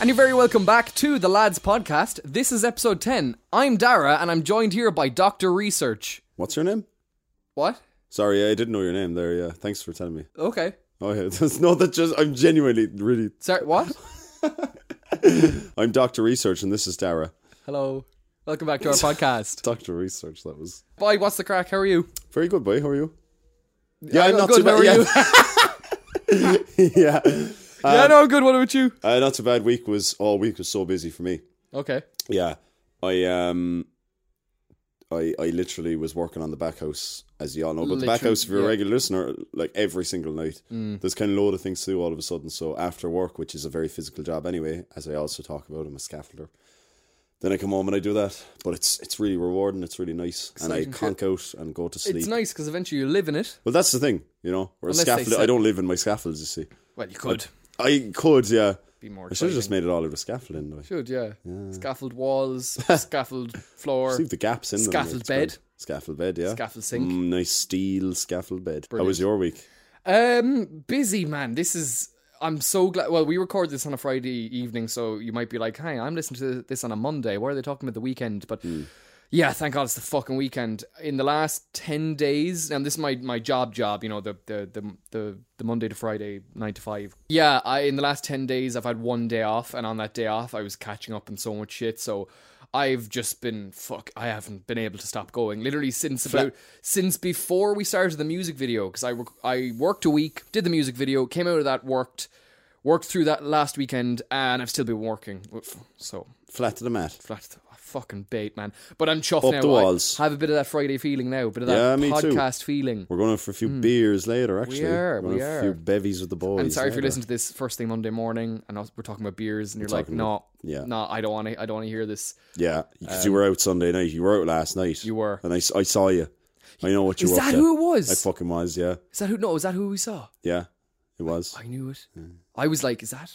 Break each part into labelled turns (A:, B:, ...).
A: And you're very welcome back to the Lads Podcast. This is episode 10. I'm Dara, and I'm joined here by Dr. Research.
B: What's your name?
A: What?
B: Sorry, yeah, I didn't know your name there. Yeah, thanks for telling me.
A: Okay.
B: Oh yeah, that's not that just. I'm genuinely really.
A: Sorry, what?
B: I'm Doctor Research, and this is Dara.
A: Hello. Welcome back to our podcast.
B: Doctor Research. That was
A: Boy, what's the crack? How are you?
B: very good, boy. How are you? Yeah, I'm
A: I'm
B: not
A: good.
B: too
A: How are
B: bad.
A: you?
B: Yeah, yeah.
A: yeah, no, I'm good. What about you?
B: Uh, not too bad. Week was all week was so busy for me.
A: Okay.
B: Yeah, I um, I I literally was working on the back house, as you all know. But the back
A: Literally,
B: house, if you're
A: yeah. Mm.
B: a regular listener, like every single night, there's kind of load of things to do all of a sudden. So after work, which is a very physical job anyway, as I also talk about, I'm a scaffolder. Then I come home and I do that, but it's it's really rewarding. It's really nice, and I conk out and go to sleep.
A: It's nice because eventually you live in it.
B: well, that's the thing, you know. Where a
A: Unless they
B: scaffold,
A: say-
B: I don't live in my scaffolds. You see,
A: Well, you could.
B: I could, yeah.
A: Be more
B: I should have just made it all out of scaffolding. though.
A: Should, yeah. Scaffold walls, scaffold floor.
B: Just Leave the gaps in them,
A: Scaffold
B: it's grand.
A: bed.
B: Scaffold bed, yeah.
A: Scaffold sink.
B: Mm, nice steel scaffold bed. How was your week?
A: Um, busy man. This is. I'm so glad. Well, we record this on a Friday evening, so you might be like, "Hey, I'm listening to this on a Monday. Why are they talking about the weekend?" But yeah, thank God it's the fucking weekend. In the last ten days, and this is my my job job. You know, the the the the, the Monday to Friday nine to five. Yeah, I in the last ten days I've had one day off, and on that day off I was catching up on so much shit. So. I've just been fuck. I haven't been able to stop going. Literally since about since before we started the music video, because I rec- I worked a week, did the music video, came out of that, worked, worked through that last weekend, and I've still been working. So
B: Flat to the mat.
A: flat, I fucking bait, man. But I'm chuffed
B: Up
A: now.
B: the
A: I
B: walls.
A: have a bit of that Friday feeling now, a bit of
B: Yeah,
A: that
B: me too.
A: podcast feeling.
B: We're going out for a few beers later, actually.
A: are,
B: We're going
A: Hmm. we
B: out for
A: are.
B: A few bevies with the boys.
A: And sorry if you're
B: later.
A: listening to this first thing Monday morning, and us- we're talking about beers, and you're like,
B: talking
A: no,
B: about- yeah.
A: no, I don't want to, I don't want to hear this.
B: Yeah, because you were out Sunday night. You were out last night.
A: Um, You were.
B: And I, s- I saw you. I know what you
A: Is
B: were up
A: that
B: to.
A: who it
B: I
A: was?
B: fucking was, yeah.
A: Is that who? No, is that who we saw?
B: Yeah, it was.
A: I knew it. I was like, is that?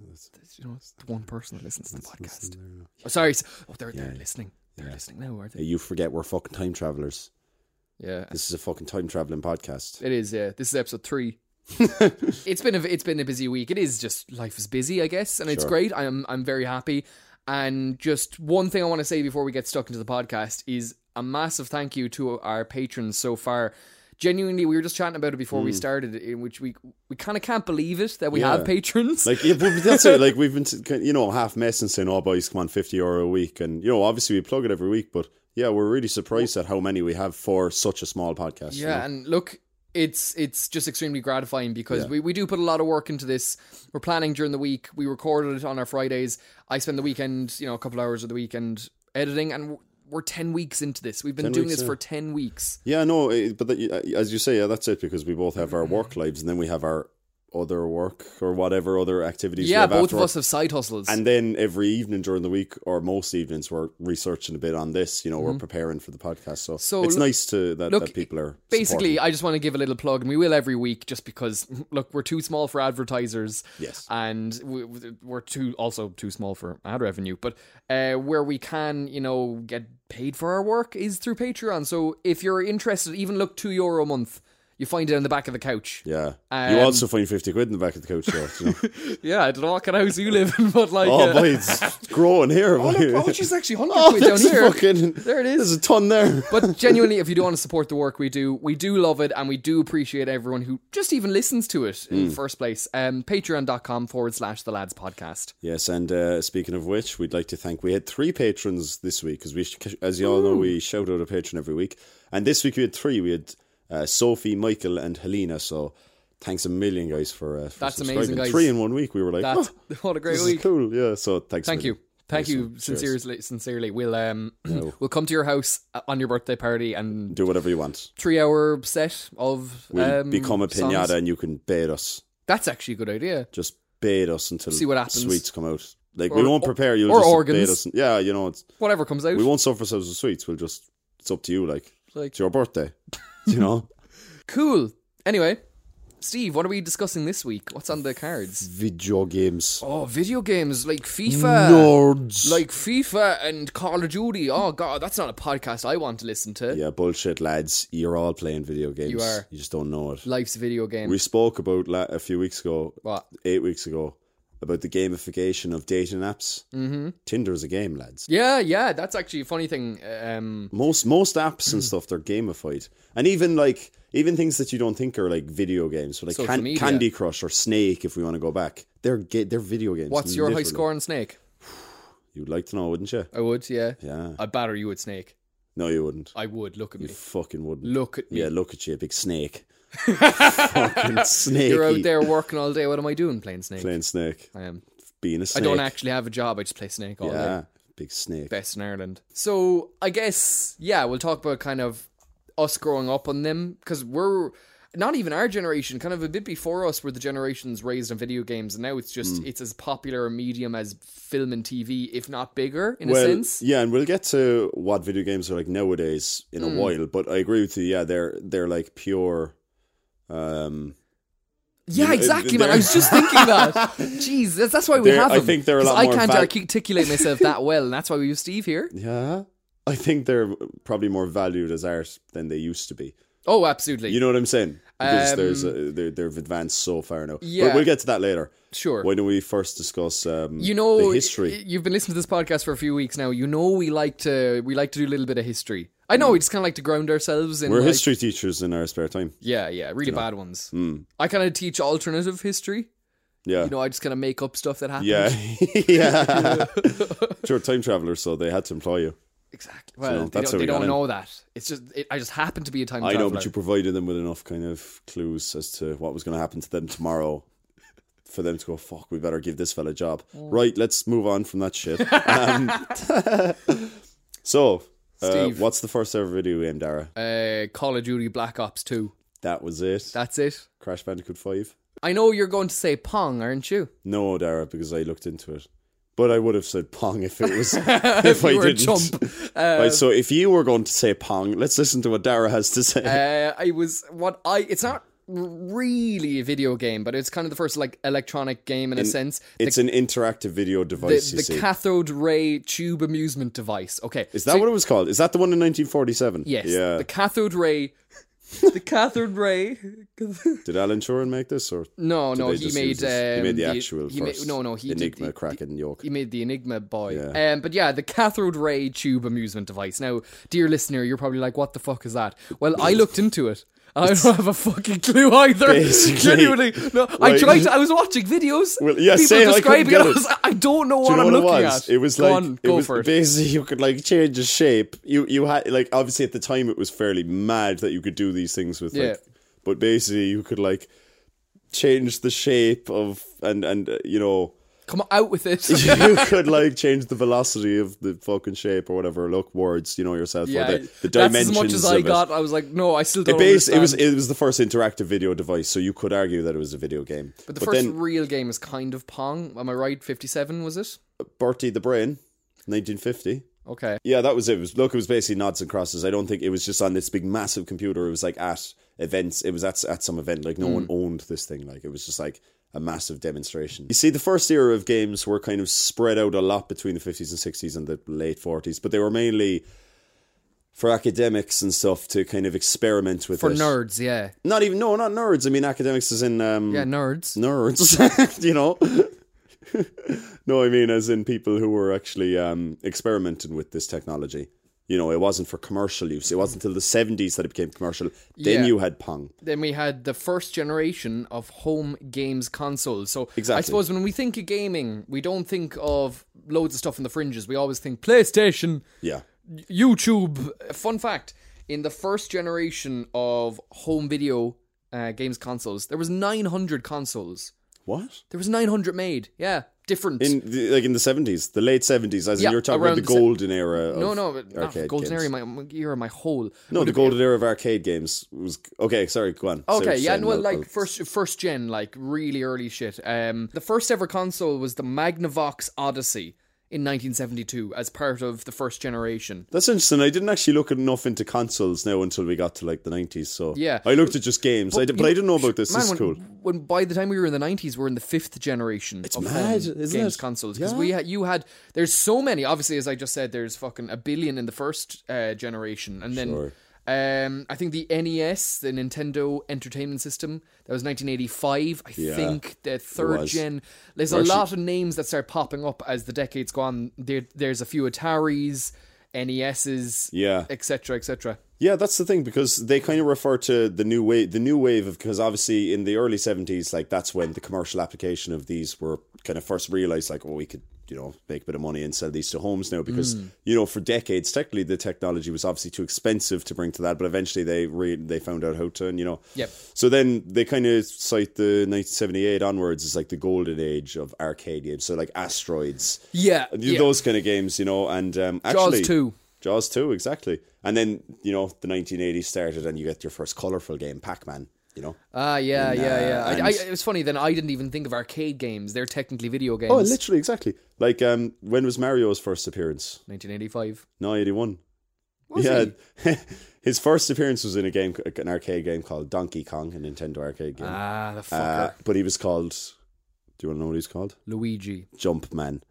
A: You know, it's the one person that listens to the podcast. Oh, sorry, s- oh, they're they're listening. They're listening now, are
B: Hey,
A: they?
B: you forget we're fucking time travelers.
A: Yeah,
B: This is a fucking time traveling podcast.
A: it is. Yeah, this is episode three. it's been a it's been a busy week. It is just life is busy, I guess, and it's great. I'm I'm very happy. And just one thing I want to say before we get stuck into the podcast is a massive thank you to our patrons so far. Genuinely, we were just chatting about it before we started, in which we we kind of can't believe it that we
B: Hmm. Yeah.
A: have patrons.
B: Like yeah, but that's it. Like we've been, t- kind- you know, half messing saying, "Oh, boys, come on, fifty euro a week," and you know, obviously we plug it every week, but yeah, we're really surprised at how many we have for such a small podcast. you
A: Yeah, and look, it's it's just extremely gratifying because we, we do put a lot of work into this. We're planning during the week. We recorded it on our Fridays. I spend the weekend, you know, a couple hours of the weekend editing, and we're- we're ten weeks into this. We've been doing
B: weeks,
A: this
B: yeah.
A: for ten weeks.
B: Yeah, no, eh, but that, eh, as you say, yeah, that's it because we both have our work lives, and then we have our other work or whatever other activities. we
A: yeah,
B: have
A: both
B: after
A: of
B: work.
A: us have side hustles.
B: And then every evening during the week, or most evenings, we're researching a bit on this. You know, we're preparing for the podcast, so,
A: Mm-hmm. So
B: it's
A: look-
B: nice to that,
A: look,
B: that people are
A: Basically, I just want to give a little plug, and we will every week, just because. Look, we're too small for advertisers.
B: Yes.
A: and we, we're too also too small for ad revenue. But uh, where we can, you know, get paid for our work is through Patreon. So if you're interested, even look two euro a month. You find it on the back of the couch.
B: Yeah,
A: Um,
B: you also find fifty quid in the back of the couch. Though, you know?
A: Yeah, I don't know what kind of house you live in, but like,
B: Oh,
A: uh,
B: boy, it's growing here. boy.
A: oh, she's actually hundred
B: Oh,
A: quid down
B: there's a
A: here.
B: fucking-
A: There it is.
B: There's a ton there.
A: but genuinely, if you do want to support the work we do, we do love it and we do appreciate everyone who just even listens to it
B: Mm.
A: in the first place. Um, Patreon.com forward slash the lads podcast.
B: Yes, and uh, speaking of which, we'd like to thank. We had three patrons this week because we, sh- as you all know, we shout out a patron every week. And this week we had three. We had uh, Sophie, Michael, and Helena. So thanks a million, guys, for, uh, for
A: That's amazing,
B: subscribing.
A: guys.
B: Three in one week. We were like,
A: That's
B: "Oh,
A: what a great
B: this
A: week.
B: is cool. Yeah. So thanks. a
A: Thank you.
B: million.
A: Thank you
B: Cheers.
A: sincerely sincerely. We'll um we'll come to your house uh, on your birthday party and
B: Do whatever you want.
A: 3 hour set of
B: We'll
A: um,
B: become a
A: songs.
B: pinata, and you can bait us.
A: That's actually a good idea.
B: Just bait us until
A: See what happens.
B: sweets come out. Like
A: Or-
B: we won't prepare you.
A: or
B: just
A: organs.
B: Bait us. Yeah, you know, it's,
A: Whatever comes out.
B: we won't suffer ourselves with sweets. We'll just. It's up to you. Like,
A: Like-
B: it's your birthday. you know.
A: Cool. Anyway, Steve, what are we discussing this week? What's on the cards?
B: video games.
A: Oh, video games like FIFA.
B: Nerds.
A: Like FIFA and Call of Duty. Oh god, that's not a podcast I want to listen to.
B: yeah, bullshit, lads. You're all playing video games.
A: You are.
B: You just don't know it.
A: Life's a video game.
B: We spoke about la- a few weeks ago,
A: what?
B: eight weeks ago, about the gamification of dating apps. Mm-hmm. Tinder is a game, lads.
A: Yeah, yeah, that's actually a funny thing. Um,
B: Most most apps
A: Mm.
B: and stuff they're gamified, and even like even things that you don't think are like video games, so like
A: Social
B: can-
A: media.
B: Candy Crush or Snake, if we want to go back, they're ga- they're video games.
A: what's your high
B: literally.
A: score on Snake?
B: You'd like to know, wouldn't you?
A: I would, yeah.
B: Yeah.
A: I batter you with Snake.
B: No, you wouldn't.
A: I would. Look at me.
B: You fucking wouldn't.
A: Look at me.
B: Yeah, look at you, big snake. fucking snake.
A: You're out there working all day. What am I doing playing Snake?
B: playing snake,
A: I am.
B: being a snake.
A: I don't actually have a job. I just play Snake all day.
B: Yeah, big snake.
A: Best in Ireland. So I guess yeah, we'll talk about kind of us growing up on them because we're not even our generation. Kind of a bit before us were the generations raised on video games, and now it's just
B: Mm.
A: it's as popular a medium as film and TV, if not bigger in a sense.
B: Yeah, and we'll get to what video games are like nowadays in
A: Hmm.
B: a while. But I agree with you. Yeah, they're they're like pure. Um,
A: Yeah, exactly, man. I was just thinking that. Jeez, that's, that's why we
B: They're-
A: have
B: I
A: them.
B: think they're a
A: 'Cause
B: lot
A: I
B: more
A: can't
B: val-
A: articulate myself that well, and that's why we have Steve here.
B: yeah, I think they're probably more valued as art than they used to be.
A: Oh, absolutely.
B: You know what I'm saying? Because there's a, they're, they've advanced so far now.
A: Um, Yeah.
B: but we'll get to that later.
A: sure.
B: Why don't we first discuss? Um,
A: you know
B: the history.
A: y- You've been listening to this podcast for a few weeks now. You know we like to we like to do a little bit of history. I know we just kind of like to ground ourselves in
B: Hmm. We're
A: like-
B: history teachers in our spare time.
A: Yeah, yeah, really bad ones.
B: Hmm.
A: I kind of teach alternative history.
B: Yeah.
A: You know, I just kind of make up stuff that happened.
B: yeah. yeah. Sure, time travelers, so they had to employ you.
A: exactly. Well,
B: So
A: they
B: that's how
A: don't, they
B: we got
A: don't
B: in.
A: know that. It's just it, I just happen to be a time
B: I
A: traveler.
B: know, but you provided them with enough kind of clues as to what was going to happen to them tomorrow for them to go, fuck, we better give this fella a job.
A: Mm.
B: Right, let's move on from that shit. um, so, uh,
A: Steve.
B: what's the first ever video game, Dara?
A: uh, Call of Duty Black Ops Two.
B: That was it.
A: That's it.
B: Crash Bandicoot 5?
A: I know you're going to say Pong, aren't you?
B: No, Dara, because I looked into it. But I would have said Pong if it was if I
A: you were a
B: didn't.
A: chump.
B: right, so if you were going to say Pong, let's listen to what Dara has to say.
A: Uh, I was what I. It's not really a video game, but it's kind of the first like electronic game in a sense.
B: It's an interactive video device.
A: The,
B: you
A: the
B: see.
A: cathode ray tube amusement device. Okay,
B: Is that what it was called? Is that the one in 1947?
A: yes,
B: Yeah.
A: the cathode ray. the cathode ray.
B: Did Alan Turing make this, or
A: No, no,
B: they
A: he
B: just
A: made,
B: use
A: um,
B: this? he made the actual
A: he ma-
B: first
A: no, no, he did-
B: Enigma
A: he-
B: Kraken York.
A: He made the Enigma boy.
B: Yeah.
A: Um, but yeah, the cathode ray tube amusement device. Now, dear listener, you're probably like, what the fuck is that? Well, I looked into it. And I don't have a fucking clue either.
B: Basically-
A: Genuinely, no. I
B: Like-
A: tried. To, I was watching videos.
B: Well, yeah,
A: people
B: same, I
A: describing
B: couldn't
A: I,
B: get
A: was, like, I don't know
B: Do
A: what
B: you know
A: I'm
B: what
A: looking
B: it was?
A: at.
B: It was
A: go
B: like
A: on,
B: it
A: go
B: was
A: for it.
B: basically you could like change the shape. You you had like obviously at the time it was fairly mad that you could do these things with.
A: Yeah.
B: Like, but basically you could like change the shape of and and uh, you know
A: Come on, out with it.
B: you could like change the velocity of the fucking shape or whatever. Look, words, you know yourself.
A: yeah,
B: or the, the
A: that's
B: dimensions
A: as much as I
B: of it.
A: got. I was like, no, I still don't.
B: It, bas- it was
A: understand.
B: it was the first interactive video device, so you could argue that it was a video game.
A: but the first
B: then
A: real game is kind of Pong. Am I right? Fifty-seven was it?
B: Bertie the Brain, 1950.
A: Okay.
B: Yeah, that was it. it was, look, it was basically nods and crosses. I don't think it was just on this big massive computer. It was like at events. It was at at some event. Like no one
A: Mm.
B: owned this thing. Like it was just like a massive demonstration. You see, the first era of games were kind of spread out a lot between the 50s and 60s and the late 40s, but they were mainly for academics and stuff to kind of experiment with
A: For
B: it.
A: nerds, yeah,
B: Not even no, not nerds. I mean academics is in um,
A: yeah, nerds.
B: nerds, you know. no, I mean as in people who were actually um, experimenting with this technology. You know, it wasn't for commercial use. It wasn't until the seventies that it became commercial. Then
A: Yeah.
B: you had Pong.
A: then we had the first generation of home games consoles. So I
B: Exactly.
A: suppose when we think of gaming, we don't think of loads of stuff in the fringes. We always think PlayStation,
B: Yeah,
A: YouTube. Fun fact: in the first generation of home video uh, games consoles, there was 900 consoles.
B: what?
A: There was 900 made. Yeah, different.
B: In the, like in the seventies, the late seventies, as
A: Yeah,
B: in you're talking about
A: around
B: the
A: the se-
B: golden era. Of
A: no, no, but not
B: arcade
A: golden
B: games.
A: era, my my era, my whole.
B: No, the golden era of arcade games was okay. Sorry, go on. Say what
A: Okay,
B: you're
A: yeah,
B: saying,
A: no,
B: I'll- I'll-
A: like first first gen, like really early shit. Um, the first ever console was the Magnavox Odyssey in 1972 as part of the first generation.
B: That's interesting. I didn't actually look enough into consoles now until we got to like the nineties. So
A: Yeah.
B: I looked at just games. I did, but I didn't know about this.
A: Man,
B: this
A: when,
B: is cool.
A: when by the time we were in the 90s, we're in the fifth generation it's of
B: mad,
A: home
B: isn't
A: games
B: it?
A: consoles because we had you had there's so many. Obviously, as I just said, there's fucking a billion in the first uh, generation, and then.
B: Sure.
A: Um, I think the NES, the Nintendo Entertainment System, that was 1985. I
B: Yeah,
A: think the third
B: was.
A: gen. There's a
B: actually-
A: lot of names that start popping up as the decades go on. There, there's a few Ataris, E NESs,
B: Yeah.
A: etc., etc.
B: Yeah, that's the thing because they kind of refer to the new wave, the new wave of because obviously in the early seventies, like that's when the commercial application of these were kind of first realized. Like, oh, we could you know make a bit of money and sell these to homes now because
A: Hmm.
B: you know for decades technically the technology was obviously too expensive to bring to that, but eventually they re- they found out how to and you know
A: Yep.
B: So then they kind of cite the nineteen seventy eight onwards as like the golden age of arcade games. So like asteroids,
A: Yeah,
B: you-
A: yeah.
B: those kind of games, you know, and um, actually
A: 2.
B: Jaws two, exactly. And then you know the 1980s started, and you get your first colorful game, Pac Man. You know,
A: Ah, yeah, yeah, yeah.
B: and-
A: I, I, it was funny then. I didn't even think of arcade games. They're technically video games.
B: oh, literally, exactly. Like, um, when was Mario's first appearance?
A: 1985.
B: No, 81.
A: Was he?
B: his first appearance was in a game, an arcade game called Donkey Kong, a Nintendo arcade game.
A: Ah, the fucker.
B: Uh, but he was called. Do you want to know what he's called?
A: Luigi.
B: Jumpman.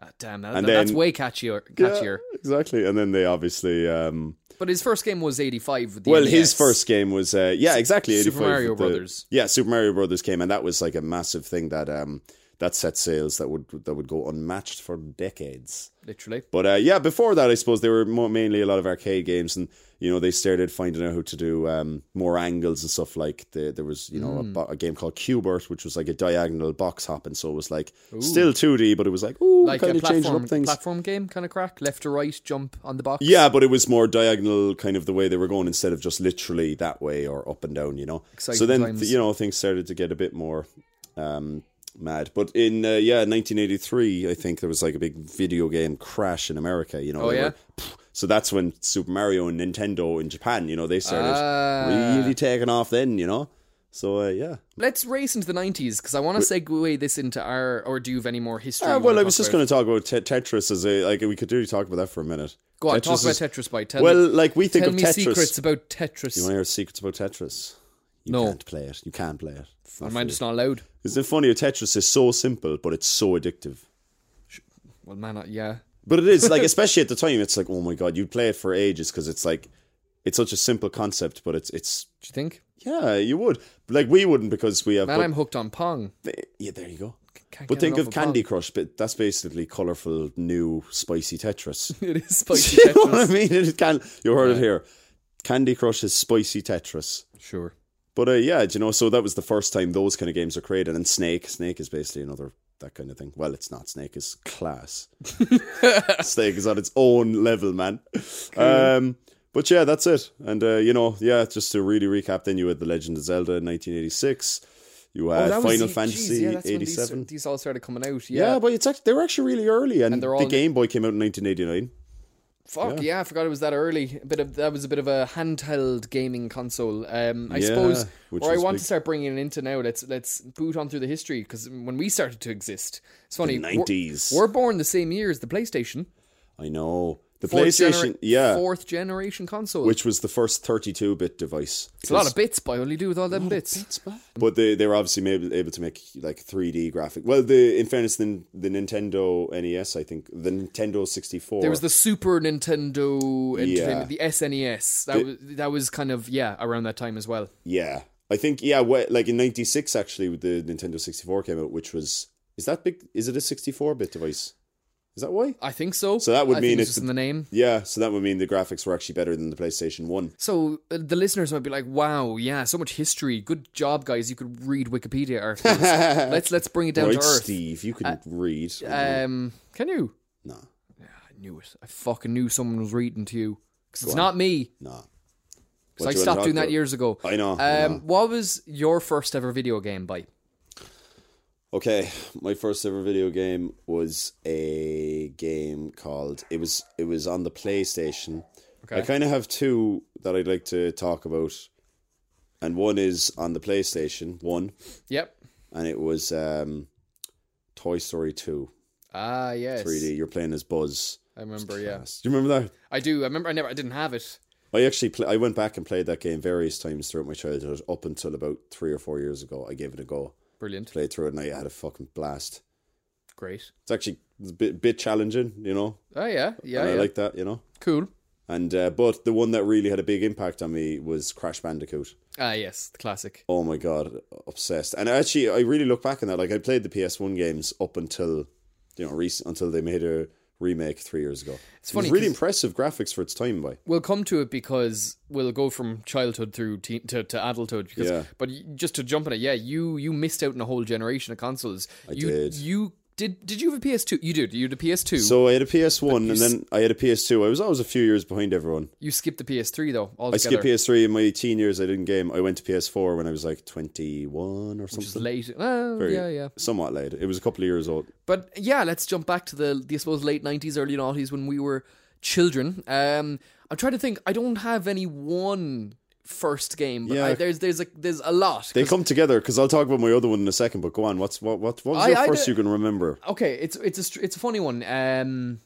A: Ah, damn, that,
B: And
A: that- that's
B: then-
A: way catchier. catchier.
B: Yeah, exactly. And then they obviously. Um,
A: But his first game was 85. With the E
B: Well, his
A: NES.
B: first game was uh, yeah, exactly.
A: Super
B: 85
A: Mario
B: with the-
A: Brothers.
B: Yeah, Super Mario Brothers came, and that was like a massive thing that um that set sales that would that would go unmatched for decades.
A: Literally.
B: But uh, yeah, before that, I suppose there were more, mainly a lot of arcade games, and you know they started finding out how to do um, more angles and stuff. Like the, there was you know
A: Mm.
B: a bo- a, game called Cubert, which was like a diagonal box hop, and so it was like still two D, but it was like ooh,
A: Like
B: kind
A: a
B: of changing
A: platform,
B: up things.
A: platform game kind of crack. Left to right, jump on the box.
B: Yeah, but it was more diagonal, kind of the way they were going, instead of just literally that way or up and down. You know.
A: Exciting
B: so then
A: times.
B: th- you know things started to get a bit more um, mad. But in uh, yeah, 1983, I think there was like a big video game crash in America. You know.
A: Oh,
B: they
A: yeah?
B: were- so that's when Super Mario and Nintendo in Japan, you know, they started
A: Ah.
B: really taking off. Then you know. So uh, yeah.
A: Let's race into the 90s because I want to segue this into our. Or do you have any more history?
B: Uh,
A: you
B: well,
A: wanna
B: I
A: talk
B: was just
A: about?
B: going to talk about te- Tetris as a like we could really talk about that for a minute.
A: Go on,
B: Tetris
A: talk about
B: is-
A: Tetris, by Tell
B: Well,
A: me,
B: like we think
A: tell
B: of
A: me
B: Tetris.
A: secrets about
B: You
A: Tetris.
B: want to hear secrets about Tetris? You
A: No.
B: can't play it. You can't play it. It's not
A: Am I
B: funny.
A: just not allowed?
B: Isn't it funny? how Tetris is so simple, but it's so addictive.
A: Well, man, I, yeah.
B: But it is like, especially at the time, it's like, oh my god, you'd play it for ages because it's like, it's such a simple concept, but it's it's
A: Do you think?
B: yeah, you would like we wouldn't because we have.
A: Man,
B: but-
A: I'm hooked on Pong.
B: yeah, there you go.
A: Can't
B: But
A: get
B: think
A: enough
B: of Candy Crush, but that's basically colorful, new, spicy Tetris.
A: Pong. It is spicy
B: you know
A: Tetris.
B: what I mean? It can. You heard it here. Candy Crush is spicy Tetris.
A: Sure.
B: But uh, yeah, do you know, so that was the first time those kind of games were created. And Snake, Snake is basically another that kind of thing. Well, it's not Snake, it's class. Snake is on its own level, man. Um, but yeah, that's it. And uh, you know, yeah, just to really recap, then you had The Legend of Zelda in 1986. You had
A: Oh, That was
B: Uh, Final
A: the-
B: Fantasy
A: geez, yeah, that's when these-
B: 87.
A: These, all started coming out.
B: yeah.
A: Yeah.
B: but it's actually, they were actually really early, and,
A: they're all
B: the
A: in-
B: Game Boy came out in 1989.
A: Fuck yeah. I forgot it was that early. A bit of that was a bit of a handheld gaming console. Um, I
B: Yeah,
A: suppose
B: which
A: where I
B: was
A: want
B: big.
A: to start bringing it into now. Let's let's boot on through the history because when we started to exist, it's funny. we're-
B: 90s.
A: We're, born the same year as the PlayStation.
B: I know the
A: Fourth
B: PlayStation,
A: genera-
B: yeah,
A: Fourth generation console.
B: which was the first 32-bit device.
A: it's a lot of bits, boy. What do you do with all them bits?
B: But they, they were obviously able, able to make like 3D graphic. Well, the in fairness, the, the Nintendo NES, I think the Nintendo 64.
A: There was the Super Nintendo
B: Yeah.
A: Entertainment, the SNES. That was that was kind of yeah around that time as well.
B: yeah, I think yeah, wh- like in '96 actually, the Nintendo 64 came out, which was is that big? Is it a 64-bit device? Is that why?
A: I think so.
B: So that would
A: I
B: mean
A: think
B: it's
A: just in the name.
B: Yeah, so that would mean the graphics were actually better than the PlayStation One.
A: So uh, the listeners might be like, "Wow, yeah, so much history. Good job, guys. You could read Wikipedia articles. let's let's bring it down
B: Right,
A: to earth. Uh,
B: Steve, you couldn't read.
A: Um, can you?
B: no,
A: I knew it. I fucking knew someone was reading to you because it's not me.
B: no.
A: 'Cause I
B: What do you wanna
A: stopped
B: talk
A: doing that
B: about? Oh,
A: years ago.
B: I know, I
A: Um,
B: know.
A: what was your first ever video game by?
B: Okay, my first ever video game was a game called it was it was on the PlayStation.
A: Okay.
B: I kind of have two that I'd like to talk about, and one is on the PlayStation One,
A: Yep.
B: and it was um, Toy Story Two
A: Ah, yes.
B: 3D. You're playing as Buzz.
A: I remember. Yeah,
B: Do you remember that?
A: I do. I remember. I never. I didn't have it.
B: I actually play, I went back and played that game various times throughout my childhood up until about three or four years ago. I gave it a go,
A: Brilliant.
B: played through it, and I had a fucking blast.
A: Great.
B: It's actually a bit, bit challenging, you know.
A: Oh yeah. Yeah.
B: and I
A: yeah.
B: like that, you know.
A: cool.
B: And uh, but the one that really had a big impact on me was Crash Bandicoot.
A: Ah, yes, the classic.
B: Oh my god, obsessed. And actually, I really look back on that. Like I played the PS1 games up until you know rec- until they made a remake three years ago. It's
A: funny
B: It was really
A: 'cause-
B: impressive graphics for its time, by.
A: We'll come to it because we'll go from childhood through teen, to, to adulthood. Because,
B: Yeah.
A: But y- just to jump on it, yeah, you you missed out on a whole generation of consoles. I you,
B: did.
A: You did? Did you have a PS2? You did. You had a PS2.
B: So I had a PS1 and then I had a PS2. I was always a few years behind everyone.
A: you skipped the PS3 though. Altogether.
B: I skipped PS3 in my teen years. I didn't game. I went to PS4 when I was like 21 or
A: Which is
B: something.
A: late. Well,
B: Very-
A: yeah, yeah.
B: Somewhat late. It was a couple of years old.
A: But yeah, let's jump back to the, the I suppose late nineties, early nineties when we were children. Um, I'm trying to think. I don't have any one first game, but I,
B: Yeah.
A: there's there's a there's a lot.
B: They come together because I'll talk about my other one in a second. But go on. What's what? What, what was
A: I-
B: your
A: I
B: first
A: d-
B: you can remember?
A: okay, it's it's a str- it's a funny one. Um,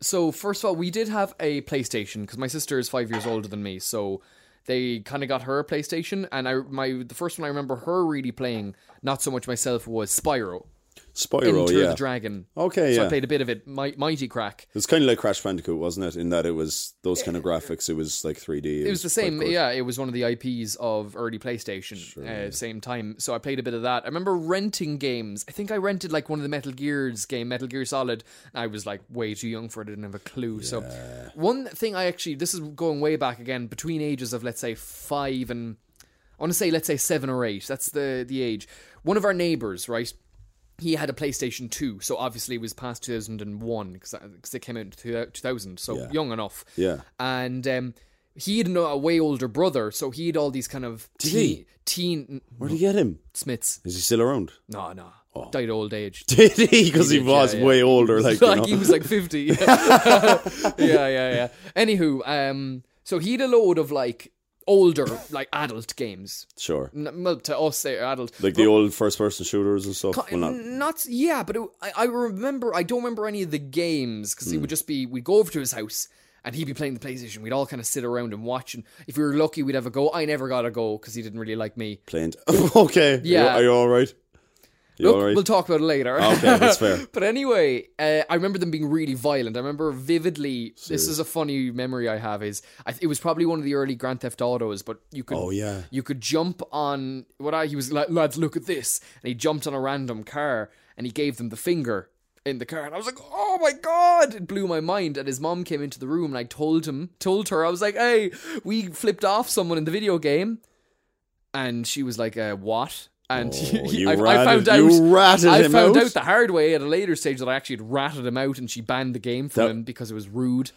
A: so first of all, we did have a PlayStation because my sister is five years older than me, so they kind of got her a PlayStation, and I my the first one I remember her really playing, not so much myself, was Spyro,
B: Spyro.
A: Enter
B: Yeah.
A: the Dragon.
B: okay.
A: So
B: Yeah.
A: I played a bit of it, Mi- Mighty Crack.
B: It was kind of like Crash Bandicoot, wasn't it? In that it was those kind of graphics. It was like 3D.
A: It was the same, yeah. It was one of the IPs of early PlayStation, uh, same time. So I played a bit of that. I remember renting games. I think I rented like one of the Metal Gear's game, Metal Gear Solid. And I was like way too young for it. I didn't have a clue. So one thing I actually, this is going way back again, between ages of let's say five and I want to say let's say seven or eight. That's the the age. One of our neighbors, right? He had a PlayStation 2, so obviously it was past 2001 because it came out in 2000, so young enough
B: Yeah.
A: and um, he had an- a way older brother, so he had all these kind of teen, teen
B: Where did he get him?
A: Smiths.
B: Is he still around?
A: No, no, died old age.
B: Did he? Because he,
A: did,
B: was
A: yeah, yeah.
B: way older. Oh. Like, you
A: like
B: know.
A: he was like fifty. yeah, yeah, yeah. yeah. Anywho, um, so he had a load of like older, like adult games.
B: sure.
A: N- Well, to us, they're adult.
B: Like the old first-person shooters and stuff. well, not
A: not yeah, but it, I, I remember I don't remember any of the games because
B: Hmm.
A: he would just be we'd go over to his house and he'd be playing the PlayStation. We'd all kind of sit around and watch, and if we were lucky, we'd have a go. I never got a go because he didn't really like me.
B: planned. okay.
A: Yeah.
B: Are you, are you all right? You
A: Look,
B: all right?
A: we'll talk about it later.
B: Okay, that's fair.
A: But anyway, uh, I remember them being really violent. I remember vividly. This is a funny memory I have. Is I, th- it was probably one of the early Grand Theft Autos, but you could.
B: Oh, yeah.
A: You could jump on what I he was like, lads, look at this, and he jumped on a random car and he gave them the finger in the car, and I was like, oh my god, it blew my mind. And his mom came into the room and I told him, told her, I was like, hey, we flipped off someone in the video game, and she was like, uh, what? And
B: Oh, you
A: I, I
B: ratted-
A: found out.
B: you ratted
A: I
B: him
A: found
B: out?
A: out the hard way at a later stage that I actually had ratted him out, and she banned the game from
B: That-
A: him because it was rude.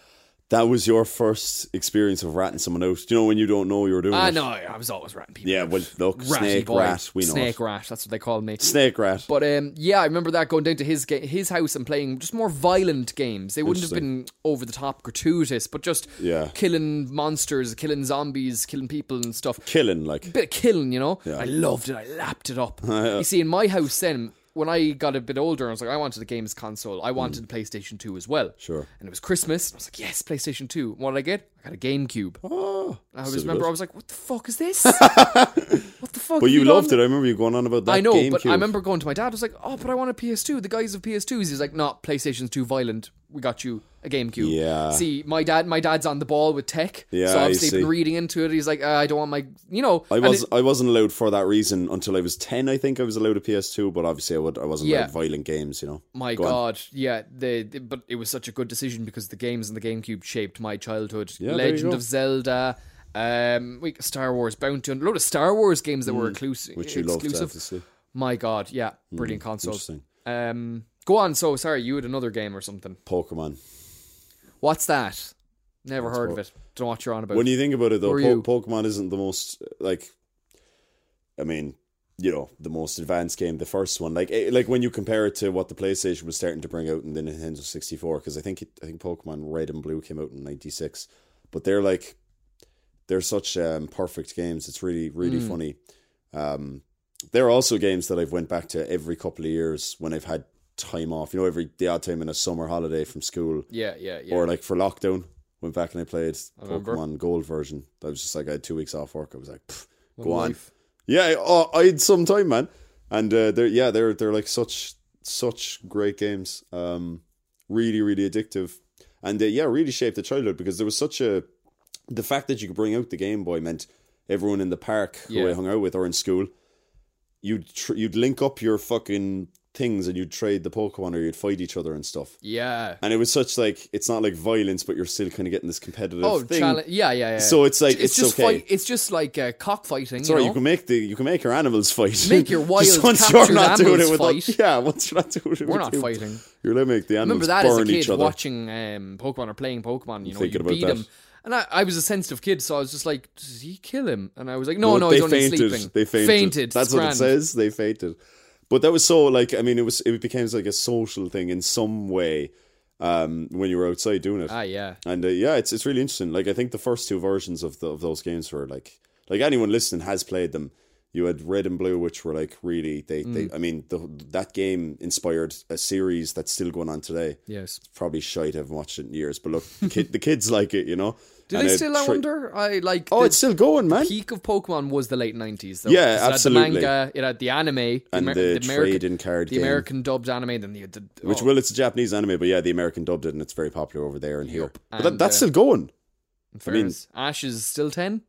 B: That was your first experience of ratting someone out. Do you know when you don't know you're doing
A: I
B: it?
A: know. I was always ratting people.
B: Yeah, well, look,
A: Ratty
B: snake
A: boy.
B: rat, we know
A: snake
B: it.
A: rat. That's what they called me.
B: Snake rat.
A: But um, yeah, I remember that going down to his ga- his house and playing just more violent games. They wouldn't have been over the top, gratuitous, but just
B: Yeah.
A: killing monsters, killing zombies, killing people and stuff.
B: Killing, like.
A: Bit of killing, you know. I loved it. I lapped it up. You see, in my house then. When I got a bit older, I was like, I wanted a games console. I wanted PlayStation 2 as well.
B: Mm. Sure.
A: And it was Christmas. I was like, yes, PlayStation 2. What did I get? I got a GameCube.
B: Oh,
A: I
B: still
A: always remember
B: good.
A: I was like, what the fuck is this? what the fuck?
B: But you loved
A: it.
B: it. I remember you going on about that
A: I know, but
B: GameCube.
A: I remember going to my dad. I was like, "Oh, but I want a PS2." The guys of PS2s, he's like, "Not PlayStation's too violent. We got you a GameCube."
B: Yeah.
A: See, my dad, my dad's on the ball with tech.
B: Yeah,
A: So
B: I
A: obviously, he's
B: see.
A: been reading into it. He's like, uh, "I don't want my," you know.
B: I
A: and
B: was
A: it-
B: I wasn't allowed for that reason until I was ten. I think I was allowed a PS2, but obviously I would I wasn't
A: Yeah.
B: allowed violent games. You know.
A: my
B: Go on.
A: God, yeah. The, the- but it was such a good decision because the games in the GameCube shaped my childhood.
B: there you
A: Legend
B: go.
A: of Zelda. Um, we Star Wars Bounty Hunt, a lot of Star Wars games that were exclusive.
B: Mm, Which you loved,
A: exclusive.
B: obviously.
A: My God, yeah, brilliant console.
B: Mm, Interesting.
A: Um, go on. So sorry, you had another game or something.
B: Pokemon.
A: What's that? Never heard of it. Don't know what you're on about.
B: When you think about it, though,
A: Who are
B: po-
A: you?
B: Pokemon isn't the most like. I mean, you know, the most advanced game, the first one. Like, eh, like when you compare it to what the PlayStation was starting to bring out in the Nintendo sixty four, because I think it, I think Pokemon Red and Blue came out in ninety six, but they're like, they're such um, perfect games. It's really
A: Hmm.
B: really funny. Um, they're also games that I've went back to every couple of years when I've had time off. You know, every the odd time in a summer holiday from school
A: yeah, yeah, yeah.
B: or like for lockdown, went back and I played
A: remember.
B: Pokemon Gold version. I was just like, I had two weeks off work. I was like, "Pff,
A: What
B: go
A: a
B: on,
A: life.
B: yeah. I- Oh, I had some time, man. And uh, they're yeah, they're they're like such such great games. Um, really really addictive. and they, yeah, really shaped the childhood because there was such a the fact that you could bring out the Game Boy meant everyone in the park who I
A: Yeah.
B: hung out with or in school, you'd tr- you'd link up your fucking things and you'd trade the Pokemon or you'd fight each other and stuff.
A: Yeah.
B: And it was such like it's not like violence, but you're still kind of getting this competitive
A: Oh,
B: thing.
A: challenge. Yeah, yeah, yeah.
B: So it's like it's,
A: just
B: okay.
A: fight. It's just like uh, cockfighting.
B: Sorry,
A: you,
B: you
A: know?
B: can make the you can make your animals fight.
A: Make your wild
B: Just once
A: captured
B: you're not doing it
A: animals
B: with
A: fight.
B: yeah, once you're not doing it,
A: We're
B: with
A: not
B: you,
A: fighting.
B: You're gonna make the animals
A: remember that as
B: burn
A: a kid
B: each other.
A: watching um, Pokemon or playing Pokemon. You know,
B: Thinking
A: you
B: about
A: beat
B: that.
A: him, and I, I was a sensitive kid, so I was just like, "Did he kill him?" And I was like, "No, no,
B: they
A: he's only
B: fainted.
A: sleeping."
B: They fainted. That's what
A: Scran.
B: it says. They fainted. But that was so like I mean it was it became like a social thing in some way um, when you were outside doing it.
A: Ah, yeah,
B: And uh, yeah, it's it's really interesting. Like I think the first two versions of the, of those games were like like anyone listening has played them. You had Red and Blue, which were like really they,
A: Mm.
B: they I mean the, that game inspired a series that's still going on today.
A: yes.
B: Probably shite haven't watched it in years, but look, the, kid, the kids like it, you know.
A: Do
B: And
A: they
B: it
A: still? I
B: tri-
A: wonder. I like.
B: Oh,
A: the
B: it's still going, man.
A: peak of Pokemon was the late nineties.
B: Yeah,
A: It
B: absolutely.
A: had the manga. It had the anime, the
B: And
A: Amer-
B: the,
A: the American,
B: trading card
A: the
B: game,
A: American dubbed anime, then the, the
B: which
A: oh,
B: well, it's a Japanese anime, but yeah, the American dubbed it, and it's very popular over there and here. but that,
A: And,
B: that's
A: uh,
B: still going,
A: in
B: I mean-
A: fairness, Ash is still ten.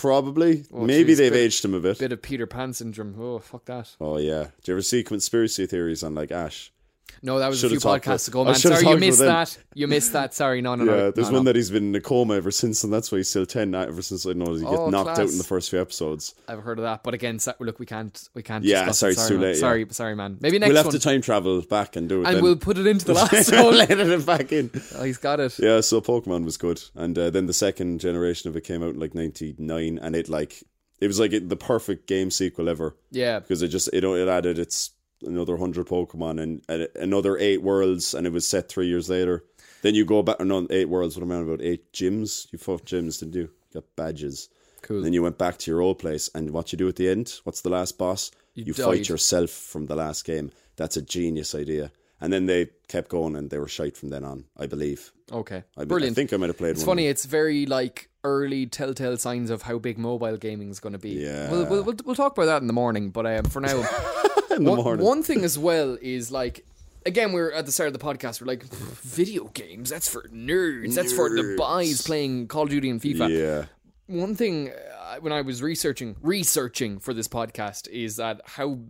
B: probably. Maybe
A: geez,
B: they've
A: bit-
B: aged him a bit.
A: Bit of Peter Pan syndrome. Oh fuck that.
B: Oh yeah. Do you ever see conspiracy theories on like Ash?
A: No, that was
B: Should've
A: a few
B: talked to-
A: podcasts ago,
B: I
A: man.
B: should've
A: Sorry,
B: talked
A: you
B: to
A: missed
B: them.
A: that. You missed that. Sorry, no, no, no.
B: Yeah, Uh, there's
A: Uh, no,
B: one
A: no.
B: that he's been in a coma ever since, and that's why he's still ten now, ever since I know he gets
A: Oh,
B: knocked out in
A: class.
B: the first few episodes.
A: I've heard of that, but again, so, look, we can't, we can't.
B: Yeah,
A: discuss
B: sorry,
A: it.
B: it's too
A: man.
B: late, yeah.
A: Sorry, sorry, man. Maybe next
B: we'll have
A: one,
B: to time travel back and do it.
A: and
B: then.
A: we'll put it into the last one.
B: Edit it back in.
A: Oh, he's got it.
B: Yeah, so Pokemon was good, and uh, then the second generation of it came out in like '99, and it like it was like it, the perfect game sequel ever
A: Yeah,
B: because it just it it added its another hundred Pokemon and, and another eight worlds, and it was set three years later. Then you go back, no, eight worlds. What am I on about? Eight gyms. You fought gyms, didn't you? You got badges.
A: cool.
B: Then you went back to your old place, and what you do at the end? What's the last boss? You, fight
A: died.
B: yourself from the last game. That's a genius idea. And then they kept going, and they were shite from then on. I believe.
A: okay,
B: I, be-
A: brilliant.
B: I think I might have played
A: It's
B: one.
A: funny. It's very like early telltale signs of how big mobile gaming is going to be.
B: Yeah.
A: we'll, we'll, we'll, we'll talk about that in the morning. But um, for now,
B: in the
A: one,
B: morning.
A: one thing as well is like. Again, we are at the start of the podcast. We're like, video games. That's for nerds. That's for the boys playing Call of Duty and FIFA.
B: yeah,
A: one thing uh, when I was researching researching for this podcast is that how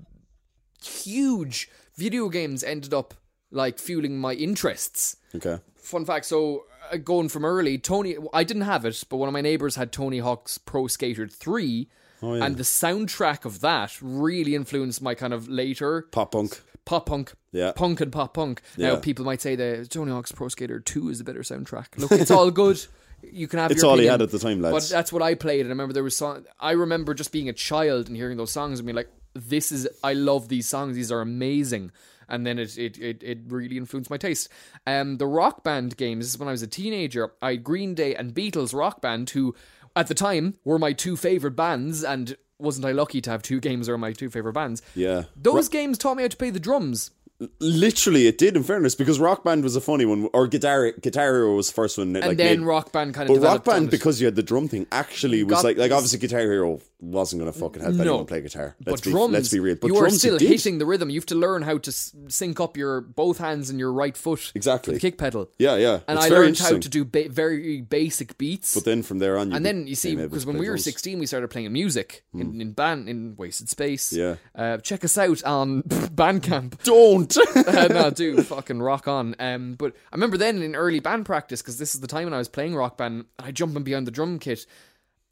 A: huge video games ended up like fueling my interests.
B: okay.
A: Fun fact: so uh, going from early, Tony, I didn't have it, but one of my neighbors had Tony Hawk's Pro Skater Three,
B: yeah.
A: and the soundtrack of that really influenced my kind of later
B: Pop punk.
A: pop punk.
B: Yeah.
A: Punk and pop punk.
B: Yeah.
A: Now people might say that Tony Hawk's Pro Skater 2 is a better soundtrack. Look, it's all good. You can have
B: It's
A: your
B: all he
A: opinion.
B: had at the time,
A: But
B: lads.
A: that's what I played, and I remember there was song. I remember just being a child and hearing those songs and being like, "This is I love these songs. These are amazing." And then it it it, it really influenced my taste. Um, the rock band games. This is when I was a teenager. I had Green Day and Beatles rock band, who at the time were my two favorite bands, and wasn't I lucky to have two games that were my two favorite bands?
B: yeah,
A: Those games taught me how to play the drums.
B: literally, it did. In fairness, because Rock Band was a funny one, or Guitar Guitar Hero was the first one. That,
A: and
B: like,
A: then
B: made-
A: Rock Band kind of
B: But Rock
A: developed on
B: Band,
A: it.
B: because you had the drum thing, actually was
A: Got-
B: like like obviously Guitar Hero wasn't gonna fucking help
A: No.
B: anyone play guitar. Let's
A: but
B: be
A: drums,
B: let's be real. But
A: you
B: drums
A: are still
B: it did.
A: hitting the rhythm. You have to learn how to s- sync up your both hands and your right foot
B: Exactly.
A: to the kick pedal.
B: Yeah, yeah.
A: and
B: it's
A: I
B: very
A: learned how
B: interesting.
A: to do ba- very basic beats.
B: But then from there on, you
A: and then you see,
B: became able
A: because
B: to
A: when
B: play
A: we were
B: drums.
A: sixteen, we started playing music in, in band in Wasted Space.
B: Hmm. Yeah.
A: uh, check us out on Bandcamp.
B: don't.
A: Uh, no, do fucking rock on. Um, but I remember then in early band practice because this is the time when I was playing rock band. I jumping behind the drum kit,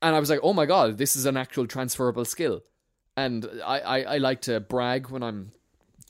A: and I was like, "Oh my god, this is an actual transferable skill." And I, I, I like to brag when I'm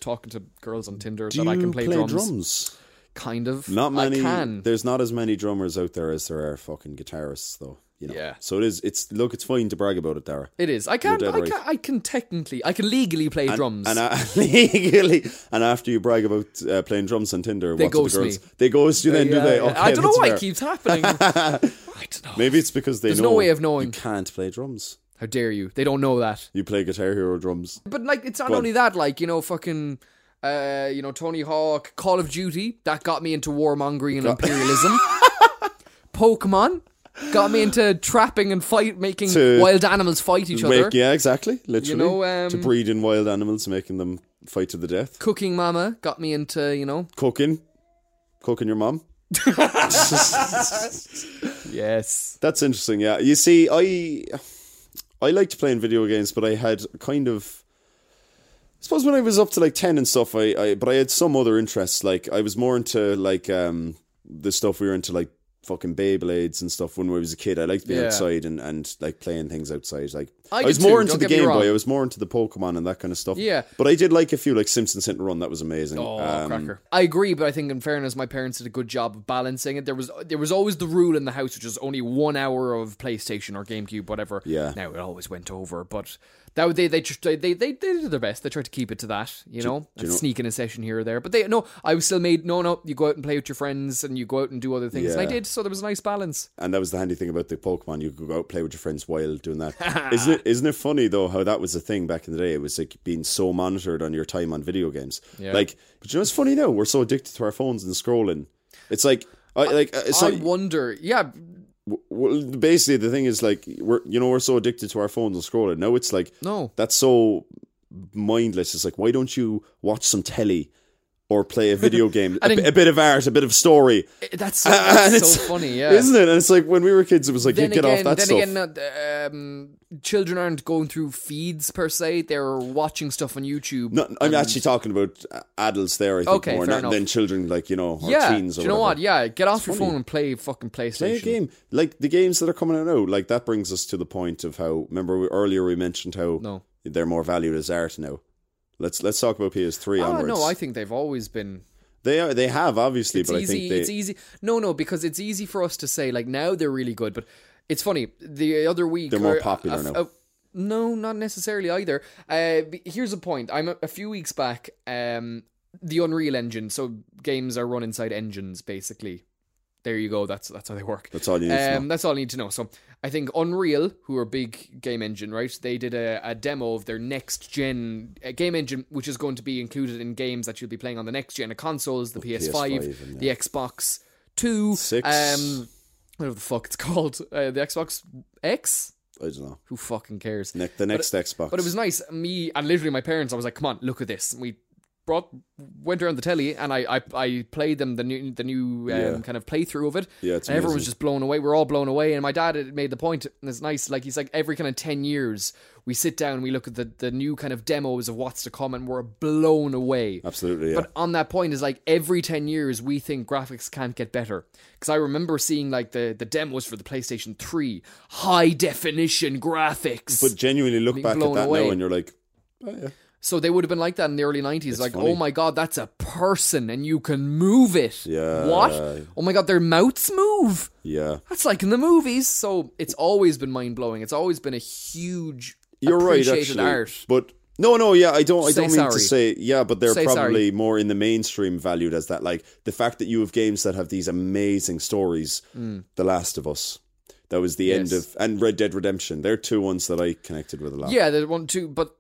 A: talking to girls on Tinder that I can play, drums.
B: drums?
A: Kind of.
B: Not many.
A: I can.
B: There's not as many drummers out there as there are fucking guitarists, though. You know?
A: Yeah.
B: So it is. It's look. It's fine to brag about it, Dara.
A: It is. I can.
B: dead
A: I
B: right.
A: can. I can technically. I can legally play drums.
B: And I, legally, and after you brag about uh, playing drums on Tinder, they
A: ghost
B: the girls,
A: me.
B: They ghost you then, do
A: Yeah,
B: they?
A: yeah.
B: Okay,
A: I don't know
B: that's
A: why
B: fair.
A: it keeps happening. I don't know.
B: Maybe it's because they
A: There's
B: know
A: no way of
B: you
A: knowing.
B: can't play drums.
A: How dare you? They don't know that.
B: You play Guitar Hero drums.
A: But like, it's not only that. Like, you know, fucking, uh, you know, Tony Hawk, Call of Duty, that got me into warmongering and imperialism. Pokemon got me into trapping and fight, making
B: To
A: wild animals fight each other.
B: Make, yeah, exactly. Literally,
A: know, um,
B: to breed in wild animals, making them fight to the death.
A: Cooking Mama got me into, you know,
B: Cooking, cooking your mom.
A: Yes.
B: That's interesting. Yeah, you see, I I liked playing video games, but I had kind of. I suppose when I was up to like ten and stuff, I, I but I had some other interests. Like I was more into like um the stuff we were into, like fucking Beyblades and stuff. When I was a kid, I liked being
A: Yeah.
B: outside and and like playing things outside. Like
A: I
B: I,
A: did
B: was more
A: too,
B: into
A: don't
B: the
A: get me
B: Game
A: wrong.
B: Boy. I was more into the Pokemon and that kind of stuff.
A: Yeah.
B: but I did like a few like Simpson Center Run. That was amazing.
A: Oh,
B: Um,
A: cracker. I agree, but I think in fairness, my parents did a good job of balancing it. There was there was always the rule in the house, which is only one hour of PlayStation or GameCube, whatever.
B: Yeah.
A: Now it always went over, but that would- they they tr- they they, they did their best. They tried to keep it to that, you know, and
B: know-
A: sneak in a session here or there. But they no, I was still made no no. You go out and play with your friends, and you go out and do other things, and I
B: Yeah.
A: did. So there was a nice balance.
B: And that was the handy thing about the Pokemon. You could go out play with your friends while doing that. isn't it? Isn't it funny though how that was a thing back in the day? It was like being so monitored on your time on video games. Like, but you know, it's funny now. We're so addicted to our phones and scrolling. It's like, I like. uh, so
A: I wonder, yeah,
B: well, basically, the thing is like we're you know we're so addicted to our phones and scrolling. Now it's like
A: No.
B: that's so mindless. It's like why don't you watch some telly or play a video game, a,
A: And
B: bi- a bit of art, a bit of story.
A: that's so,
B: And
A: that's
B: it's-
A: so funny, yeah.
B: Isn't it? And it's like when we were kids, it was like you get off that
A: then
B: stuff.
A: again, uh, um, children aren't going through feeds per se. They're watching stuff on YouTube.
B: No, I'm actually talking about uh, adults there. I think
A: Um, Okay,
B: more
A: fair
B: not
A: enough.
B: than children, like you know, or
A: yeah,
B: teens. Or
A: do you know
B: whatever.
A: what? Yeah, get off your phone and play fucking PlayStation.
B: Play a game like the games that are coming out now. Like that brings us to the point of how. Remember we, earlier we mentioned how
A: No.
B: they're more valued as art now. Let's let's talk about PS3
A: Ah,
B: onwards.
A: no, I think they've always been.
B: they are they have obviously,
A: It's
B: but I
A: easy.
B: think they
A: It's e- easy. No, no, because it's easy for us to say like now they're really good, but it's funny. The other week
B: They're more
A: or a-
B: popular
A: a-
B: now.
A: a- no, not necessarily either. Uh, b- here's a point. I'm a, a few weeks back. Um, the Unreal Engine. So games are run inside engines, basically. There you go. That's that's how they work.
B: that's all you need to know.
A: Um, that's all I need to know. So I think Unreal, who are a big game engine, right? They did a, a demo of their next gen uh, game engine, which is going to be included in games that you'll be playing on the next gen of consoles, the PS5,
B: PS5 and,
A: the Xbox Two,
B: Six.
A: um, whatever the fuck it's called, uh, the Xbox X.
B: I don't know.
A: Who fucking cares?
B: Ne- the next Xbox.
A: But it was nice. Me and literally my parents. I was like, "Come on, look at this." And we brought went around the telly, and I I, I played them the new the new um,
B: Yeah.
A: kind of playthrough of it.
B: Yeah, it's
A: and everyone was
B: amazing.
A: just blown away. We're all blown away, and my dad had made the point, and it's nice. Like he's like, every kind of ten years, we sit down, we look at the the new kind of demos of what's to come, and we're blown away.
B: absolutely yeah.
A: But on that point is like every 10 years we think graphics can't get better. Because I remember seeing like the, the demos for the PlayStation 3, high definition graphics.
B: But genuinely look back at
A: blown
B: that
A: away.
B: now and you're like, oh, yeah.
A: So they would have been like that in the early nineties, like,
B: funny.
A: oh my god, that's a person and you can move it.
B: Yeah.
A: What? Oh my god, their mouths move.
B: yeah.
A: That's like in the movies. So it's always been mind blowing. It's always been a huge
B: You're right,
A: appreciated
B: actually.
A: art.
B: But no, no, yeah, I don't. I
A: Say
B: don't mean to
A: sorry.
B: say yeah, but they're
A: Say sorry.
B: probably more in the mainstream valued as that. Like the fact that you have games that have these amazing stories. The Last of Us, that was the end
A: Hmm. Yes.
B: of, and Red Dead Redemption. They're two ones that I connected with a lot.
A: Yeah, they one too, but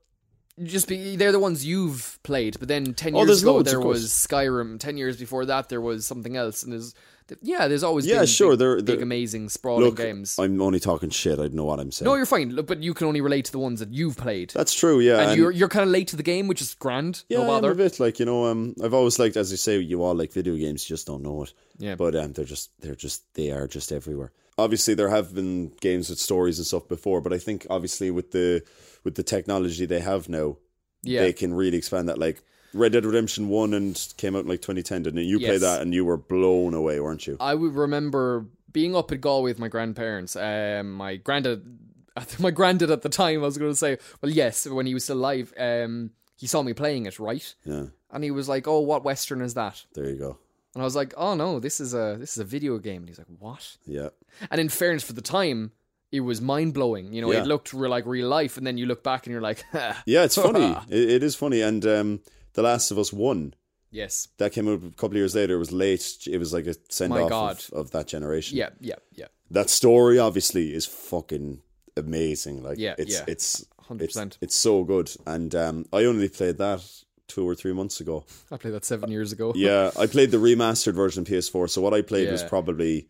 A: just be they're the ones you've played. But then ten
B: Oh,
A: years
B: there's
A: ago
B: loads, of
A: there
B: course.
A: was Skyrim. Ten years before that there was something else, and there's th- yeah, there's always
B: Yeah,
A: been
B: sure,
A: big,
B: they're- they're-
A: big amazing sprawling
B: Look,
A: games.
B: I'm only talking shit. I know what I'm saying.
A: no, you're fine. Look, but you can only relate to the ones that you've played.
B: That's true. Yeah,
A: and
B: and-
A: you're you're kind of late to the game, which is grand.
B: Yeah,
A: no
B: I am a
A: bother.
B: bit like you know. Um, I've always liked, as you say, you all like video games, you just don't know it.
A: Yeah.
B: but um, they're just they're just they are just everywhere. Obviously, there have been games with stories and stuff before, but I think obviously with the with the technology they have now,
A: Yeah.
B: they can really expand that. Like Red Dead Redemption One and came out in like 2010, didn't it? You
A: Yes. Uh,
B: played that and you were blown away, weren't you?
A: I would remember being up at Galway with my grandparents. Um, my granddad, my granddad at the time, I was going to say, well, yes, when he was still alive, um, he saw me playing it, right?
B: Yeah,
A: And he was like, "Oh, what western is that?"
B: there you go.
A: And I was like, "Oh no, this is a this is a video game." And he's like, "What?"
B: Yeah,
A: And in fairness, for the time, it was mind blowing. You know,
B: Yeah.
A: it looked real, like real life, and then you look back and you're like, ha,
B: yeah, it's funny. it, it is funny. And um, The Last of Us One
A: "Yes,
B: that came out a couple of years later. It was late. It was like a send
A: God.
B: off of, of that generation.
A: yeah, yeah, yeah,
B: that story obviously is fucking amazing. Like
A: Yeah,
B: it's
A: yeah.
B: it's
A: hundred
B: it's
A: percent."
B: it's so good. And um, I only played that two or three months ago.
A: I played that seven years ago.
B: Yeah, I played the remastered version of PS4. So what I played was
A: Yeah.
B: probably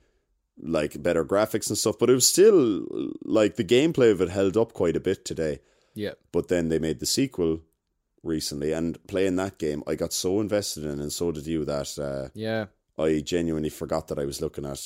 B: like better graphics and stuff, but it was still like the gameplay of it held up quite a bit today.
A: yeah,
B: But then they made the sequel recently, and playing that game, I got so invested in, and so did you that. Uh,
A: yeah.
B: I genuinely forgot that I was looking at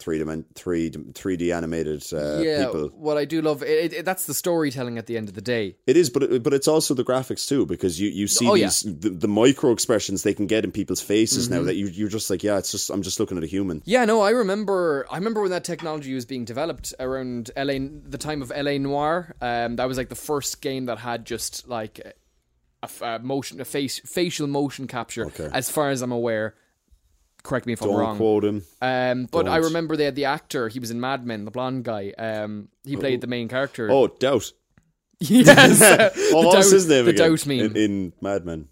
B: three dimen- three three D animated uh,
A: yeah,
B: people.
A: what I do love it, it, that's the storytelling at the end of the day.
B: It is, but it, but it's also the graphics too because you, you see
A: Oh, yeah. Mm-hmm.
B: these the, the micro expressions they can get in people's faces now that you you're just like yeah it's just I'm just looking at a human.
A: Yeah, no, I remember. I remember when that technology was being developed around LA, the time of LA Noir. Um, that was like the first game that had just like a, a f- a motion, a face, facial motion capture. As far as I'm aware, correct me if I'm
B: Don't
A: wrong.
B: quote him.
A: Um, but I remember they had the actor. He was in Mad Men, the blonde guy. Um, he played the main character.
B: Oh, doubt.
A: yes.
B: Oh,
A: The
B: what was
A: doubt-
B: his name
A: the
B: again?
A: doubt meme.
B: In, in Mad Men.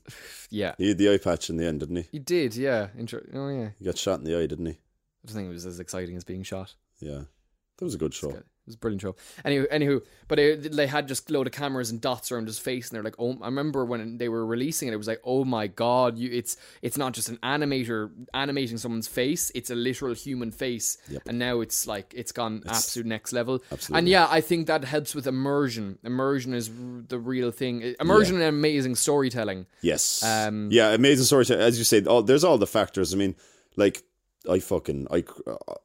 A: yeah,
B: He had the eye patch in the end, didn't he?
A: he did. Yeah. Intro- oh yeah.
B: He got shot in the eye, didn't he?
A: I don't think it was as exciting as being shot.
B: Yeah. That was a good show.
A: It was a brilliant show. Anywho, anywho but it, they had just a load of cameras and dots around his face, and they're like, oh, I remember when they were releasing it, it was like, oh my god, you, it's it's not just an animator animating someone's face, it's a literal human face, and now it's like it's gone absolute next level. Absolutely. And yeah, I think that helps with immersion. Immersion is r- the real thing. Immersion and amazing storytelling.
B: Yes.
A: Um,
B: yeah, amazing storytelling. As you said, all, there's all the factors. I mean, like, I fucking, I,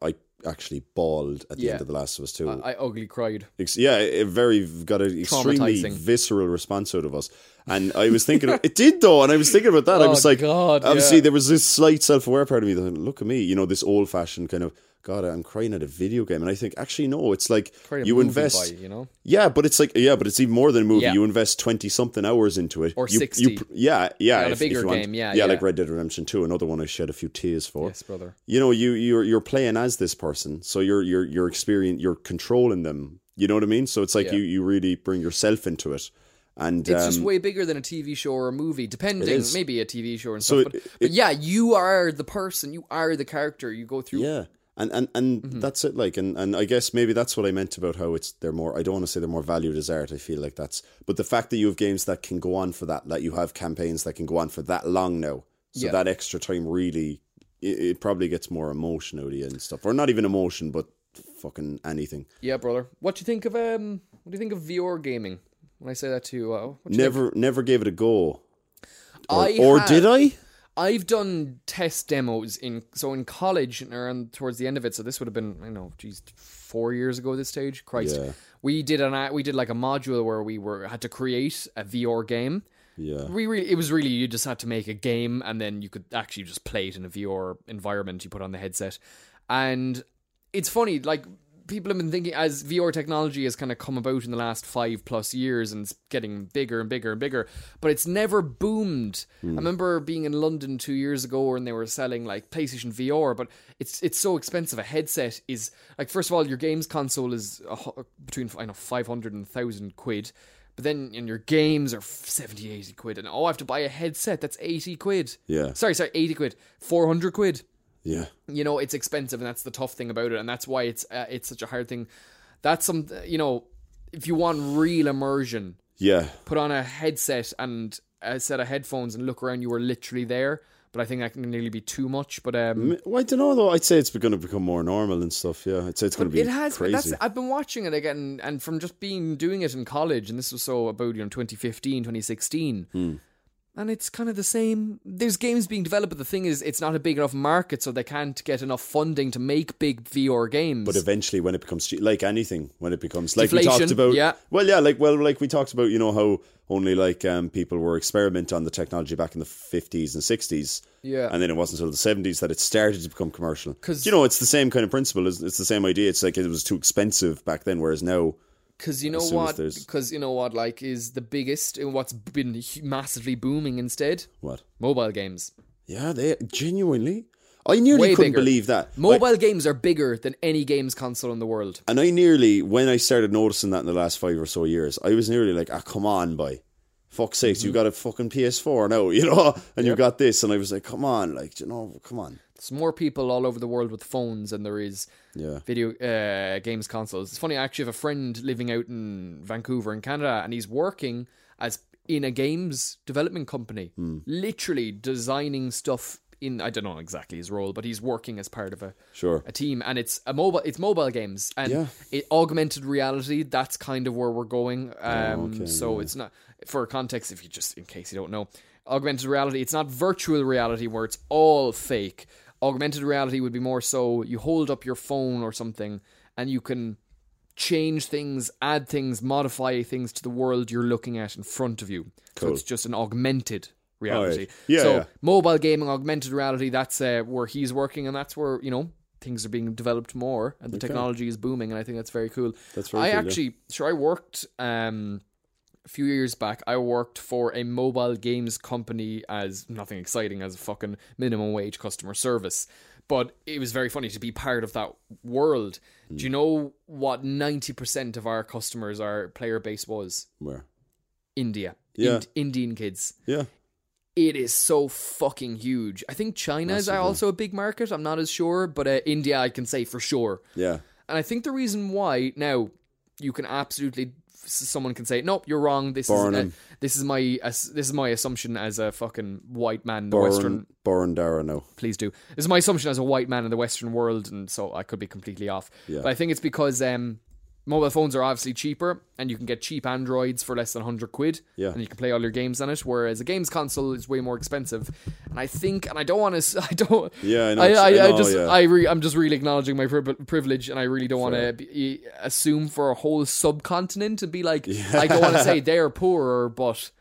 B: I actually bawled at the
A: Yeah.
B: end of The Last of Us 2.
A: I ugly cried.
B: Ex- yeah, it very got an extremely
A: Traumatizing.
B: visceral response out of us. And I was thinking, it did though. And I was thinking about that. I
A: Oh,
B: was like,
A: God,
B: obviously,
A: yeah.
B: there was this slight self aware part of me that, look at me, you know, this old fashioned kind of, God, I'm crying at a video game. And I think, actually, no, it's like
A: Cried a
B: you
A: movie
B: invest.
A: boy, you know.
B: Yeah, but it's like yeah, but it's even more than a movie.
A: Yeah.
B: You invest twenty something hours into it,
A: Or
B: you,
A: 60.
B: You, pr- yeah, yeah,
A: On a
B: if- if you
A: bigger
B: want.
A: game, yeah,
B: yeah,
A: yeah.
B: like Red Dead Redemption Two, another one I shed a few tears for.
A: Yes, brother.
B: You know, you you're you're playing as this person, so you're you're you're experiencing, you're controlling them. You know what I mean? So it's like you you really bring yourself into it, and
A: It's
B: um,
A: just way bigger than a TV show or a movie, depending.
B: is.
A: Maybe a TV show and
B: So
A: stuff.
B: it-
A: but, but yeah, you are the person. You are the character. You go through.
B: yeah. And and, and
A: Mm-hmm.
B: that's it. Like and, and I guess maybe that's what I meant about how it's they're more. I don't want to say they're more valued as art. I feel like that's. But the fact that you have games that can go on for that, that you have campaigns that can go on for that long now, so
A: Yeah.
B: that extra time really, it, it probably gets more emotion out of you and stuff, or not even emotion, but fucking anything.
A: Yeah, brother. What do you think of um? What do you think of VR gaming? When I say that to you, uh, what do you
B: Never never gave it a go. Or,
A: I
B: or
A: have-
B: did I?
A: I've done test demos in so in college and around towards the end of it. So this would have been I don't know, geez, four years ago. At this stage, Christ,
B: Yeah.
A: we did an a- we did like a module where we were had to create a VR game.
B: Yeah.
A: We really, it was really you just had to make a game and then you could actually just play it in a VR environment. You put on the headset, and it's funny. Like people have been thinking as VR technology has kind of come about in the last five plus years and it's getting bigger and bigger and bigger, but it's never boomed. I remember being in London two years ago and they were selling like PlayStation VR, but it's it's so expensive. A headset is like first of all your games console is a, hu- between I know five hundred and thousand quid. But then and your games are 70, 80 quid. And oh, I have to buy a headset. That's 80 quid.
B: Yeah.
A: Sorry, sorry, 80 quid. 400 quid.
B: Yeah.
A: You know, it's expensive and that's the tough thing about it. And that's why it's uh, it's such a hard thing. That's some, uh, you know, if you want real immersion,
B: Yeah.
A: put on a headset and a set of headphones and look around. You are literally there. But I think that can nearly be too much. But um,
B: Well, I don't know though. I'd say it's going to become more normal and stuff. Yeah, I'd say it's going to be
A: it has but
B: crazy.
A: that's i've been watching it again and from just being doing it in college and this was so about you know 2015 2016
B: Hmm.
A: and it's kind of the same there's games being developed but the thing is it's not a big enough market so they can't get enough funding to make big vr games
B: But eventually, when it becomes cheap- like anything, when it becomes like we
A: Deflation,
B: talked about,
A: yeah.
B: Well, yeah, like well, like we talked about, you know how only like um, people were experimenting on the technology back in the fifties and sixties,
A: Yeah.
B: and then it wasn't until the seventies that it started to become commercial.
A: 'Cause-
B: you know, it's the same kind of principle. It's, it's the same idea. It's like it was too expensive back then, whereas now,
A: Because you know
B: soon as
A: what?
B: there's-
A: Because you know what? Like, is the biggest and what's been hu- massively booming instead?
B: what?
A: Mobile games.
B: Yeah, they genuinely. I nearly
A: Way
B: couldn't
A: bigger.
B: believe that. Like,
A: Mobile games are bigger than any games console in the world.
B: And I nearly, when I started noticing that in the last five or so years, I was nearly like, ah, come on, boy. Fuck's sakes,
A: Mm-hmm.
B: you got a fucking PS4 now, you know, and you got this. And I was like, come on, like, you know, come on.
A: There's more people all over the world with phones than there is
B: Yeah.
A: video uh, games consoles. It's funny, I actually have a friend living out in Vancouver in Canada, and he's working as in a games development company, literally designing stuff. In I don't know exactly his role, but he's working as part of a
B: Sure.
A: a team, and it's a mobile. It's mobile games and
B: Yeah.
A: it, augmented reality. That's kind of where we're going. Um,
B: Oh, okay,
A: so it's not for context. If you just in case you don't know, augmented reality. It's not virtual reality where it's all fake. Augmented reality would be more so you hold up your phone or something and you can change things, add things, modify things to the world you're looking at in front of you. So
B: Cool.
A: it's just an augmented reality.
B: Alright. Yeah,
A: so
B: yeah.
A: mobile gaming, augmented reality, that's uh, where he's working and that's where, you know, things are being developed more and the technology is booming and I think that's very cool.
B: That's very
A: I
B: cool, yeah.
A: actually sure I worked um a few years back I worked for a mobile games company as nothing exciting as a fucking minimum wage customer service. But it was very funny to be part of that world.
B: Hmm.
A: Do you know what 90% of our customers, our player base was?
B: Where?
A: India.
B: Yeah.
A: Ind- Indian kids.
B: Yeah.
A: It is so fucking huge. I think China is also a big market. I'm not as sure, but uh, India I can say for sure.
B: Yeah.
A: And I think the reason why now you can absolutely someone can say nope you're wrong this
B: Burn
A: is uh,
B: 'em.
A: this is my as this is my assumption as a fucking white man in the western
B: Burn, burn Dara, no.
A: please do this is my assumption as a white man in the western world and so I could be completely off
B: Yeah.
A: but I think it's because um mobile phones are obviously cheaper and you can get cheap androids for less than 100 quid
B: Yeah.
A: and you can play all your games on it whereas a games console is way more expensive and I think and I don't want to I don't
B: Yeah, I know.
A: I,
B: it's-
A: I, I
B: know,
A: just
B: yeah.
A: I re- I'm just really acknowledging my pri- privilege, and I really don't want to assume for a whole subcontinent and be like, I don't want to say they're poorer, but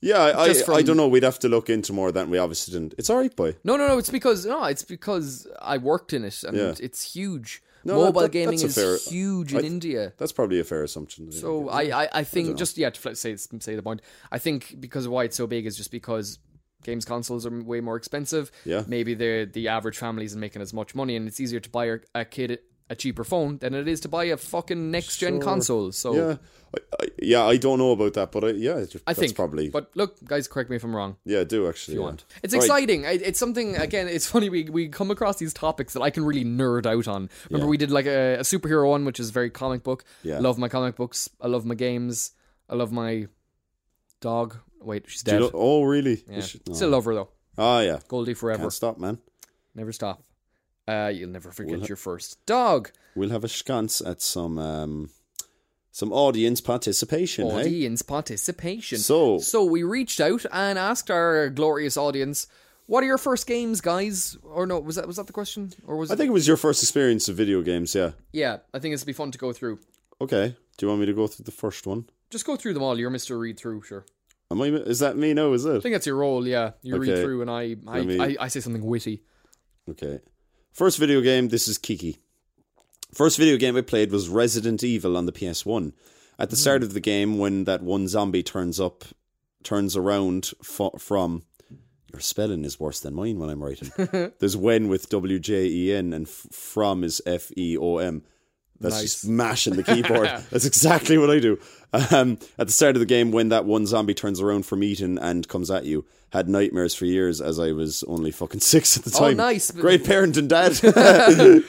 B: yeah, I, I,
A: just from-
B: I don't know. We'd have to look into more of that. and We obviously didn't. It's all right, boy.
A: no, no, no. It's because no, it's because I worked in it, and
B: Yeah.
A: it's huge.
B: No, that-
A: Mobile
B: that-
A: gaming
B: that's a
A: is
B: fair-
A: huge in
B: I-
A: India.
B: That's probably a fair assumption.
A: So I, I, I think just yeah to fl- say say the point. I think because of why it's so big is just because games consoles are way more expensive.
B: Yeah.
A: Maybe the the average family isn't making as much money, and it's easier to buy a, a kid a cheaper phone than it is to buy a fucking next gen console. So
B: yeah, I, I, yeah, I don't know about that, but I, yeah, it's-
A: I
B: that's
A: think
B: probably.
A: But look, guys, correct me if I'm wrong.
B: yeah, do actually. yeah.
A: want. It's
B: Right.
A: exciting. I, it's something again. It's funny we we come across these topics that I can really nerd out on. Remember, we did like a, a superhero one, which is very comic book.
B: Yeah.
A: love my comic books. I love my games. I love my dog. Wait, she's
B: Do
A: dead.
B: you know- oh, really? You
A: Yeah.
B: should- no.
A: Still love her though.
B: Ah, yeah.
A: Goldie forever.
B: Can't stop, man.
A: Never stop. Uh, you'll never forget your first dog.
B: We'll have a sconce at some um, some audience participation. Hey,
A: Audience participation.
B: So-
A: so we reached out and asked our glorious audience. What are your first games, guys? Or no, was that was that the question? Or was
B: I
A: it?
B: think it was your first experience of video games. Yeah.
A: Yeah, I think it's be fun to go through.
B: Okay. Do you want me to go through the first one?
A: Just go through them all. You're Mr. Read Through, sure. I
B: Am I? Is that me? No, is it?
A: think that's your role, yeah. You read
B: Okay.
A: through and I I,
B: Let me-
A: I I say something witty.
B: Okay. First video game, this is Kiki. First video game I played was Resident Evil on the PS1. At the start of the game, when that one zombie turns up, turns around fo- from. Your spelling is worse than mine when I'm writing. There's when with W J E N and f- from is F E O M. That's just mashing the keyboard. That's exactly what I do. Um, at the start of the game, when that one zombie turns around from eating and comes at you, had nightmares for years as I was only fucking six at the time.
A: nice.
B: Great parent and dad.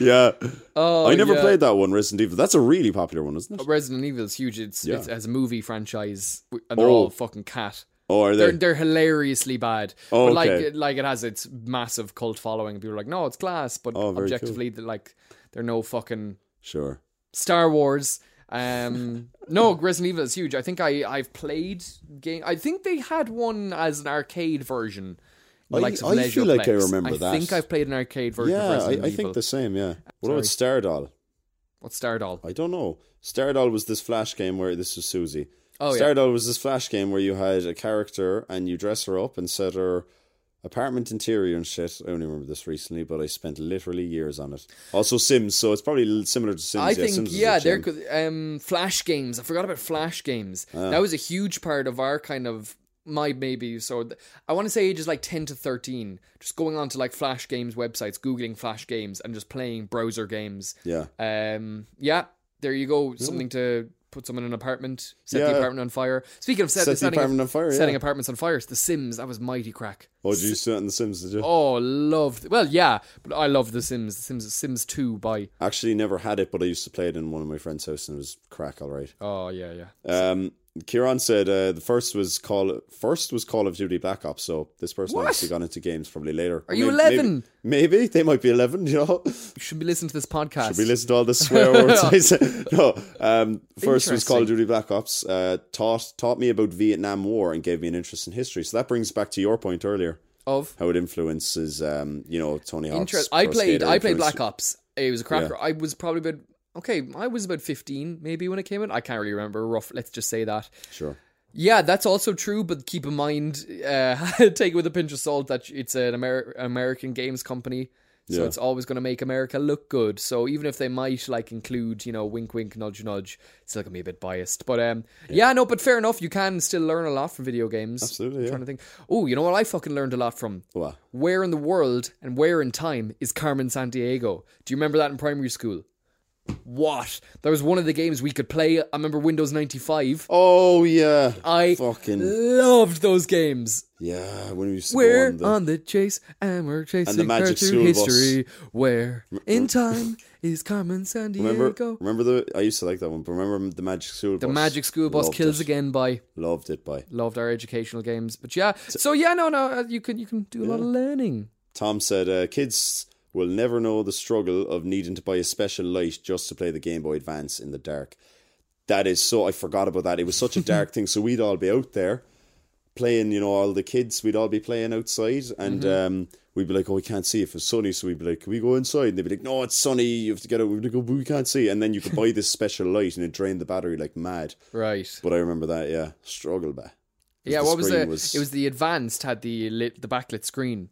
B: yeah.
A: Oh,
B: I never
A: yeah.
B: played that one, Resident Evil. That's a really popular one, isn't it?
A: Resident Evil is huge. It's,
B: Yeah.
A: it's as a movie franchise, and they're all fucking cat.
B: Oh, are
A: They're
B: they?
A: they're hilariously bad.
B: Oh,
A: but like
B: okay.
A: it- like it has its massive cult following. People are like, no, it's class, but
B: Oh, very cool.
A: objectively, they're like they're no fucking
B: Sure.
A: Star Wars. Um, no, Resident Evil is huge. I think I I've played game. I think they had one as an arcade version. the
B: I-
A: likes of
B: I feel like I
A: Leisureplex.
B: remember
A: I
B: that.
A: think I've played an arcade version of
B: Yeah, I,
A: Resident
B: I
A: Evil.
B: think the same, yeah. What about Stardoll?
A: What's Stardoll?
B: I don't know. Stardoll was this flash game where this was Susie.
A: Oh, yeah.
B: Stardoll was this flash game where you had a character and you dress her up and set her apartment interior and shit. I only remember this recently, but I spent literally years on it. Also Sims, so it's probably l- similar to Sims.
A: I think
B: Sims is a
A: yeah, there
B: gem. Ah.
A: could um flash games. I forgot about flash games. That was a huge part of our kind of my maybe so th- I want to say ages like 10 to 13 just going on to like flash games websites googling flash games and just playing browser games
B: Yeah.
A: Um, yeah, there you go. Something to put someone in an apartment, set the
B: Yeah.
A: apartment on fire. Speaking of set,
B: Set the
A: setting,
B: apartment on fire, yeah.
A: setting apartments on fire, it's The Sims. That was mighty crack.
B: Oh, did you see that in The Sims, did you?
A: Oh, loved. Well, yeah, but I love The Sims. The Sims, Sims Two by.
B: Actually never had it, but I used to play it in one of my friend's house and it was crack all right.
A: Oh yeah, yeah.
B: Um, Kieran said uh, the first was Call first was Call of Duty Black Ops. So this person
A: What?
B: obviously got into games probably later. Are
A: you 11?
B: Maybe, they might be eleven. You know,
A: You should be listening to this podcast.
B: we listened to all the swear words. I said. No, um, first was Call of Duty Black Ops. Uh, taught taught me about Vietnam War and gave me an interest in history. So that brings back to your point earlier.
A: Of
B: how it influences, um, you know, Tony Hawk's.
A: interest, I
B: Pro
A: played.
B: Skater
A: I played
B: influenced-
A: Black Ops. It was a cracker. I was probably about okay. I was about fifteen, maybe when it came out. I can't really remember. Rough. Let's just say that.
B: Sure.
A: Yeah, that's also true, but keep in mind, uh, take it with a pinch of salt that it's an Amer- American games company, so
B: Yeah.
A: it's always going to make America look good. So even if they might like include, you know, wink, wink, nudge, nudge, it's still going to be a bit biased. But um, yeah. no, but fair enough. You can still learn a lot from video games.
B: Absolutely, yeah.
A: trying to think. Oh, you know what? I fucking learned a lot from
B: Wow.
A: where in the world and where in time is Carmen Sandiego? Do you remember that in primary school? What? That was one of the games we could play. I remember Windows ninety five.
B: Oh yeah.
A: I
B: fucking
A: loved those games.
B: yeah. When we used to
A: We're
B: go
A: on
B: on
A: the,
B: the,
A: chase and we're chasing
B: Magic
A: cartoon
B: School Bus.
A: history. Where in time is Carmen Sandiego?
B: remember remember the I used to like that one, but remember the Magic School
A: the
B: Bus?
A: Magic School Bus
B: Loved
A: kills
B: it.
A: again by
B: Loved it by
A: loved our educational games. But yeah, so yeah, no, no, uh, you can you can do a lot of learning.
B: Tom said, uh, "Kids will never know the struggle of needing to buy a special light just to play the Game Boy Advance in the dark." That is so. I forgot about that. It was such a dark thing. So we'd all be out there playing. You know, all the kids. We'd all be playing outside, and
A: Mm-hmm.
B: um, we'd be like, "Oh, we can't see if it's sunny." So we'd be like, "Can we go inside?" And they'd be like, "No, it's sunny. You have to get out." We'd go, "But "We can't see." And then you could buy this special light, and it drained the battery like mad.
A: Right.
B: But I remember that. Yeah, struggle, bah. 'Cause
A: Yeah,
B: the
A: what was
B: screen
A: the it was the advanced had the lit the backlit screen.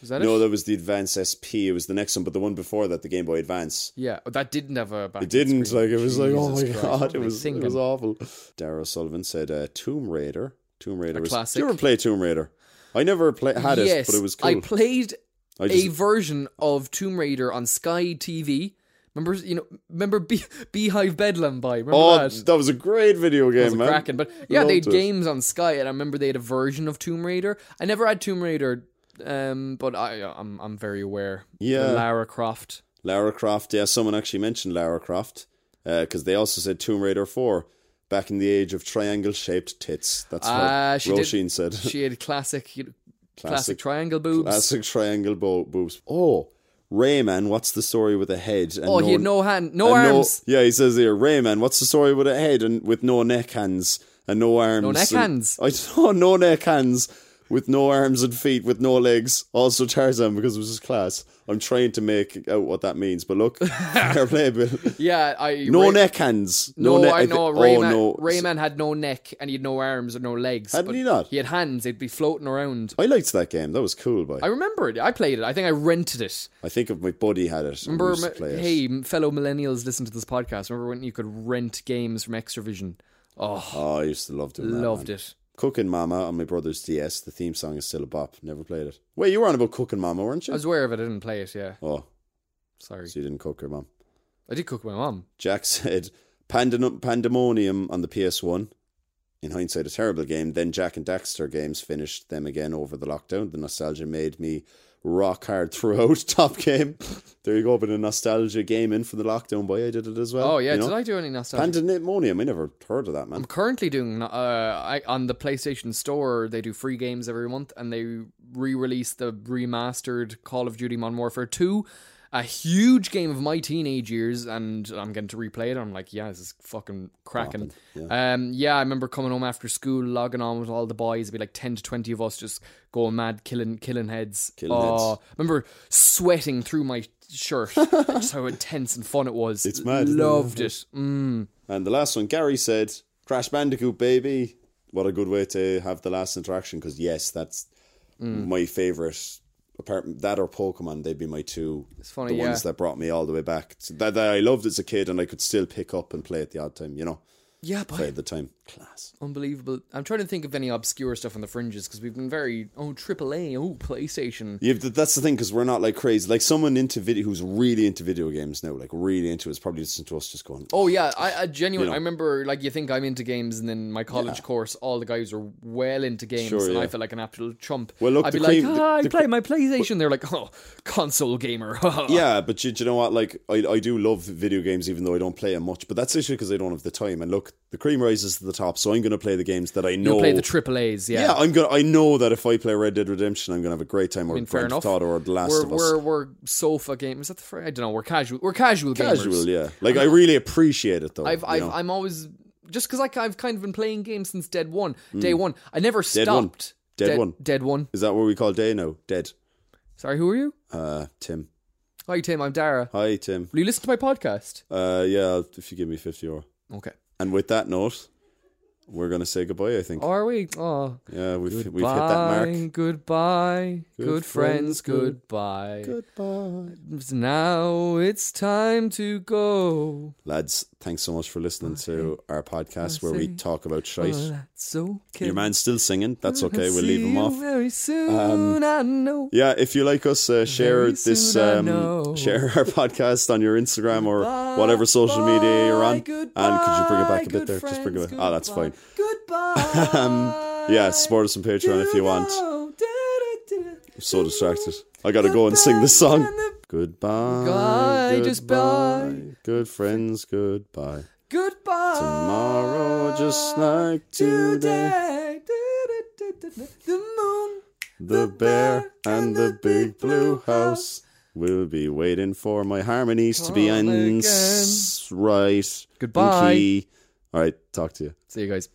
A: Was that
B: No,
A: it?
B: that was the Advance SP. It was the next one, but the one before that, the Game Boy Advance.
A: Yeah, oh, that didn't have a backlit
B: It didn't.
A: screen.
B: Like it was like, oh my
A: Jesus Christ, what
B: god, it
A: am I
B: was it
A: thinking?
B: was awful. Dara Sullivan said, uh, "Tomb Raider, Tomb Raider was.
A: classic.
B: Do you ever play Tomb Raider? I never play, had
A: yes,
B: it, but it was cool.
A: I played
B: I
A: a version of Tomb Raider on Sky TV. Remember, you know, remember Bee- Beehive Bedlam by remember
B: oh,
A: that?
B: that was a great video game,
A: was
B: man.
A: cracking. But yeah, they had
B: Loved it.
A: games on Sky, and I remember they had a version of Tomb Raider. I never had Tomb Raider, um, but I, I'm I'm very aware.
B: Yeah.
A: The Lara Croft.
B: Lara Croft. Yeah, someone actually mentioned Lara Croft because they also said Tomb Raider Four back in the age of triangle-shaped tits. That's what
A: Ah, she did-
B: Roisin said.
A: She had classic, you know, classic,
B: Classic.
A: triangle boobs.
B: Classic triangle bo- boobs. Oh, Rayman, what's the story with a head? And
A: Oh, he had no hand, no
B: and
A: arms.
B: yeah, he says here, Rayman, what's the story with a head and with no neck hands and no arms?
A: neck
B: and-
A: hands.
B: I saw no neck hands with no arms and feet with no legs. Also Tarzan because it was his class. I'm trying to make out what that means, but look, fair play, Bill.
A: Yeah, I
B: No
A: Ray-
B: neck hands. No,
A: No,
B: neck.
A: I
B: thi-
A: know
B: oh,
A: Rayman.
B: no.
A: Rayman had no neck and he had no arms or no legs.
B: Hadn't
A: but
B: he not?
A: He had hands. He'd be floating around.
B: I liked that game. That was cool, boy.
A: I
B: I,
A: remember it. I played it. I think I rented it.
B: think if my buddy had it. and we
A: Remember,
B: used to play it.
A: hey, m- fellow millennials, listen to this podcast. Remember when you could rent games from Extravision? Oh,
B: Oh, I used to love doing that. man.
A: loved it.
B: Cooking Mama on my brother's DS. The theme song is still a bop. Never played it. Wait, you were on about Cooking Mama, weren't
A: I
B: you?
A: was aware of it. I didn't play it. Yeah,
B: Oh,
A: sorry.
B: so you didn't cook your mom.
A: I did cook with my mom.
B: Jack said Pandem- Pandemonium on the PS1. In hindsight, a terrible game. Then Jack and Daxter games finished them again over the lockdown. The nostalgia made me rock hard throughout. Top game. There you go. But a nostalgia game in for the lockdown boy. I did it as well.
A: Oh yeah,
B: you know?
A: did I do any nostalgia?
B: Pandemonium. I never heard of that man.
A: I'm currently doing uh, I, on the PlayStation Store. They do free games every month, and they re-release the remastered Call of Duty: Modern Warfare Two, a huge game of my teenage years, and I'm getting to replay it. I'm like, yeah, this is fucking cracking. Um, yeah, I remember coming home after school, logging on with all the boys. It'd be like ten to twenty of us just going mad, killing killing heads.
B: Killing
A: oh, I remember sweating through my shirt. just how intense and fun it was.
B: It's mad, isn't it?
A: Loved it. Mm.
B: And the last one, Gary said, "Crash Bandicoot, baby." What a good way to have the last interaction. Because yes, that's my favorite. Apart that or Pokemon, they'd be my two. It's
A: funny,
B: the
A: yeah.
B: ones that brought me all the way back. So that, that I loved as a kid, and I could still pick up and play at the odd time. You know,
A: Yeah, but
B: play at the time. Class.
A: Unbelievable. I'm trying to think of any obscure stuff on the fringes because we've been very oh AAA oh PlayStation.
B: Yeah, but that's the thing because we're not like crazy. Like someone into video who's really into video games now, like really into it, is probably listening to us just going,
A: Oh yeah, I, I genuinely
B: know.
A: I remember like you think I'm into games and then my college course all the guys are well into games
B: Sure,
A: and I
B: yeah.
A: felt like an absolute chump.
B: Well, look,
A: I'd
B: the
A: be like,
B: cream- the-
A: ah, I
B: the
A: play my PlayStation. They're like, oh, console gamer.
B: Yeah, but you, do you know what? Like, I, I do love video games, even though I don't play them much. But that's literally because I don't have the time. And look, the cream rises to the top, so I'm going to play the games that I know.
A: You play the AAAs. Yeah.
B: Oh. yeah, I'm gonna. I know that if I play Red Dead Redemption, I'm gonna have a great time. Or
A: fair
B: Grand
A: enough.
B: Theft Auto, or The Last
A: We're,
B: of Us.
A: we're we're sofa gamers. Is that the phrase? I don't know. We're casual. We're casual, gamers.
B: Casual, yeah. Like I really appreciate it though.
A: I've,
B: you
A: I've
B: know?
A: I'm always just because like I've kind of been playing games since dead one, day one. I never
B: one.
A: stopped.
B: Hmm. Dead, one.
A: Dead one.
B: Is that what we call day now? Dead.
A: Sorry, who are you?
B: Uh, Tim.
A: Hi, Tim. I'm Dara.
B: Hi, Tim.
A: Will you listen to my podcast?
B: Uh, yeah, if you give me 50 euro.
A: Okay.
B: And with that note, we're going to say goodbye, I think.
A: Are we? Oh,
B: yeah, we've, we've hit that mark.
A: Bye, Goodbye. Good,
B: Good
A: friends,
B: friends,
A: goodbye.
B: Goodbye.
A: Now it's time to go.
B: Lads, thanks so much for listening to our podcast where we
A: say-
B: talk about shite.
A: Well, that's okay.
B: Your man's still singing. That's okay.
A: I'll
B: We'll
A: see
B: leave him
A: you
B: off. Um,
A: Very soon, I know.
B: Yeah, if you like us, uh, share
A: Very
B: this,
A: soon I
B: um,
A: know.
B: share our podcast on your Instagram or whatever social media you're on. and could you bring it back a bit there? Just bring it. Back. Oh, that's fine.
A: Goodbye.
B: Um, yeah, support us on Patreon if you want. I'm so distracted. I gotta go and sing this song. Goodbye.
A: Goodbye, just
B: goodbye. Good friends, goodbye.
A: Goodbye.
B: Tomorrow, just like today.
A: The moon.
B: The bear and the big blue house will be waiting for my harmonies to be
A: Come
B: in
A: again.
B: s- right. and
A: Goodbye.
B: key. All right, talk to you.
A: See you guys.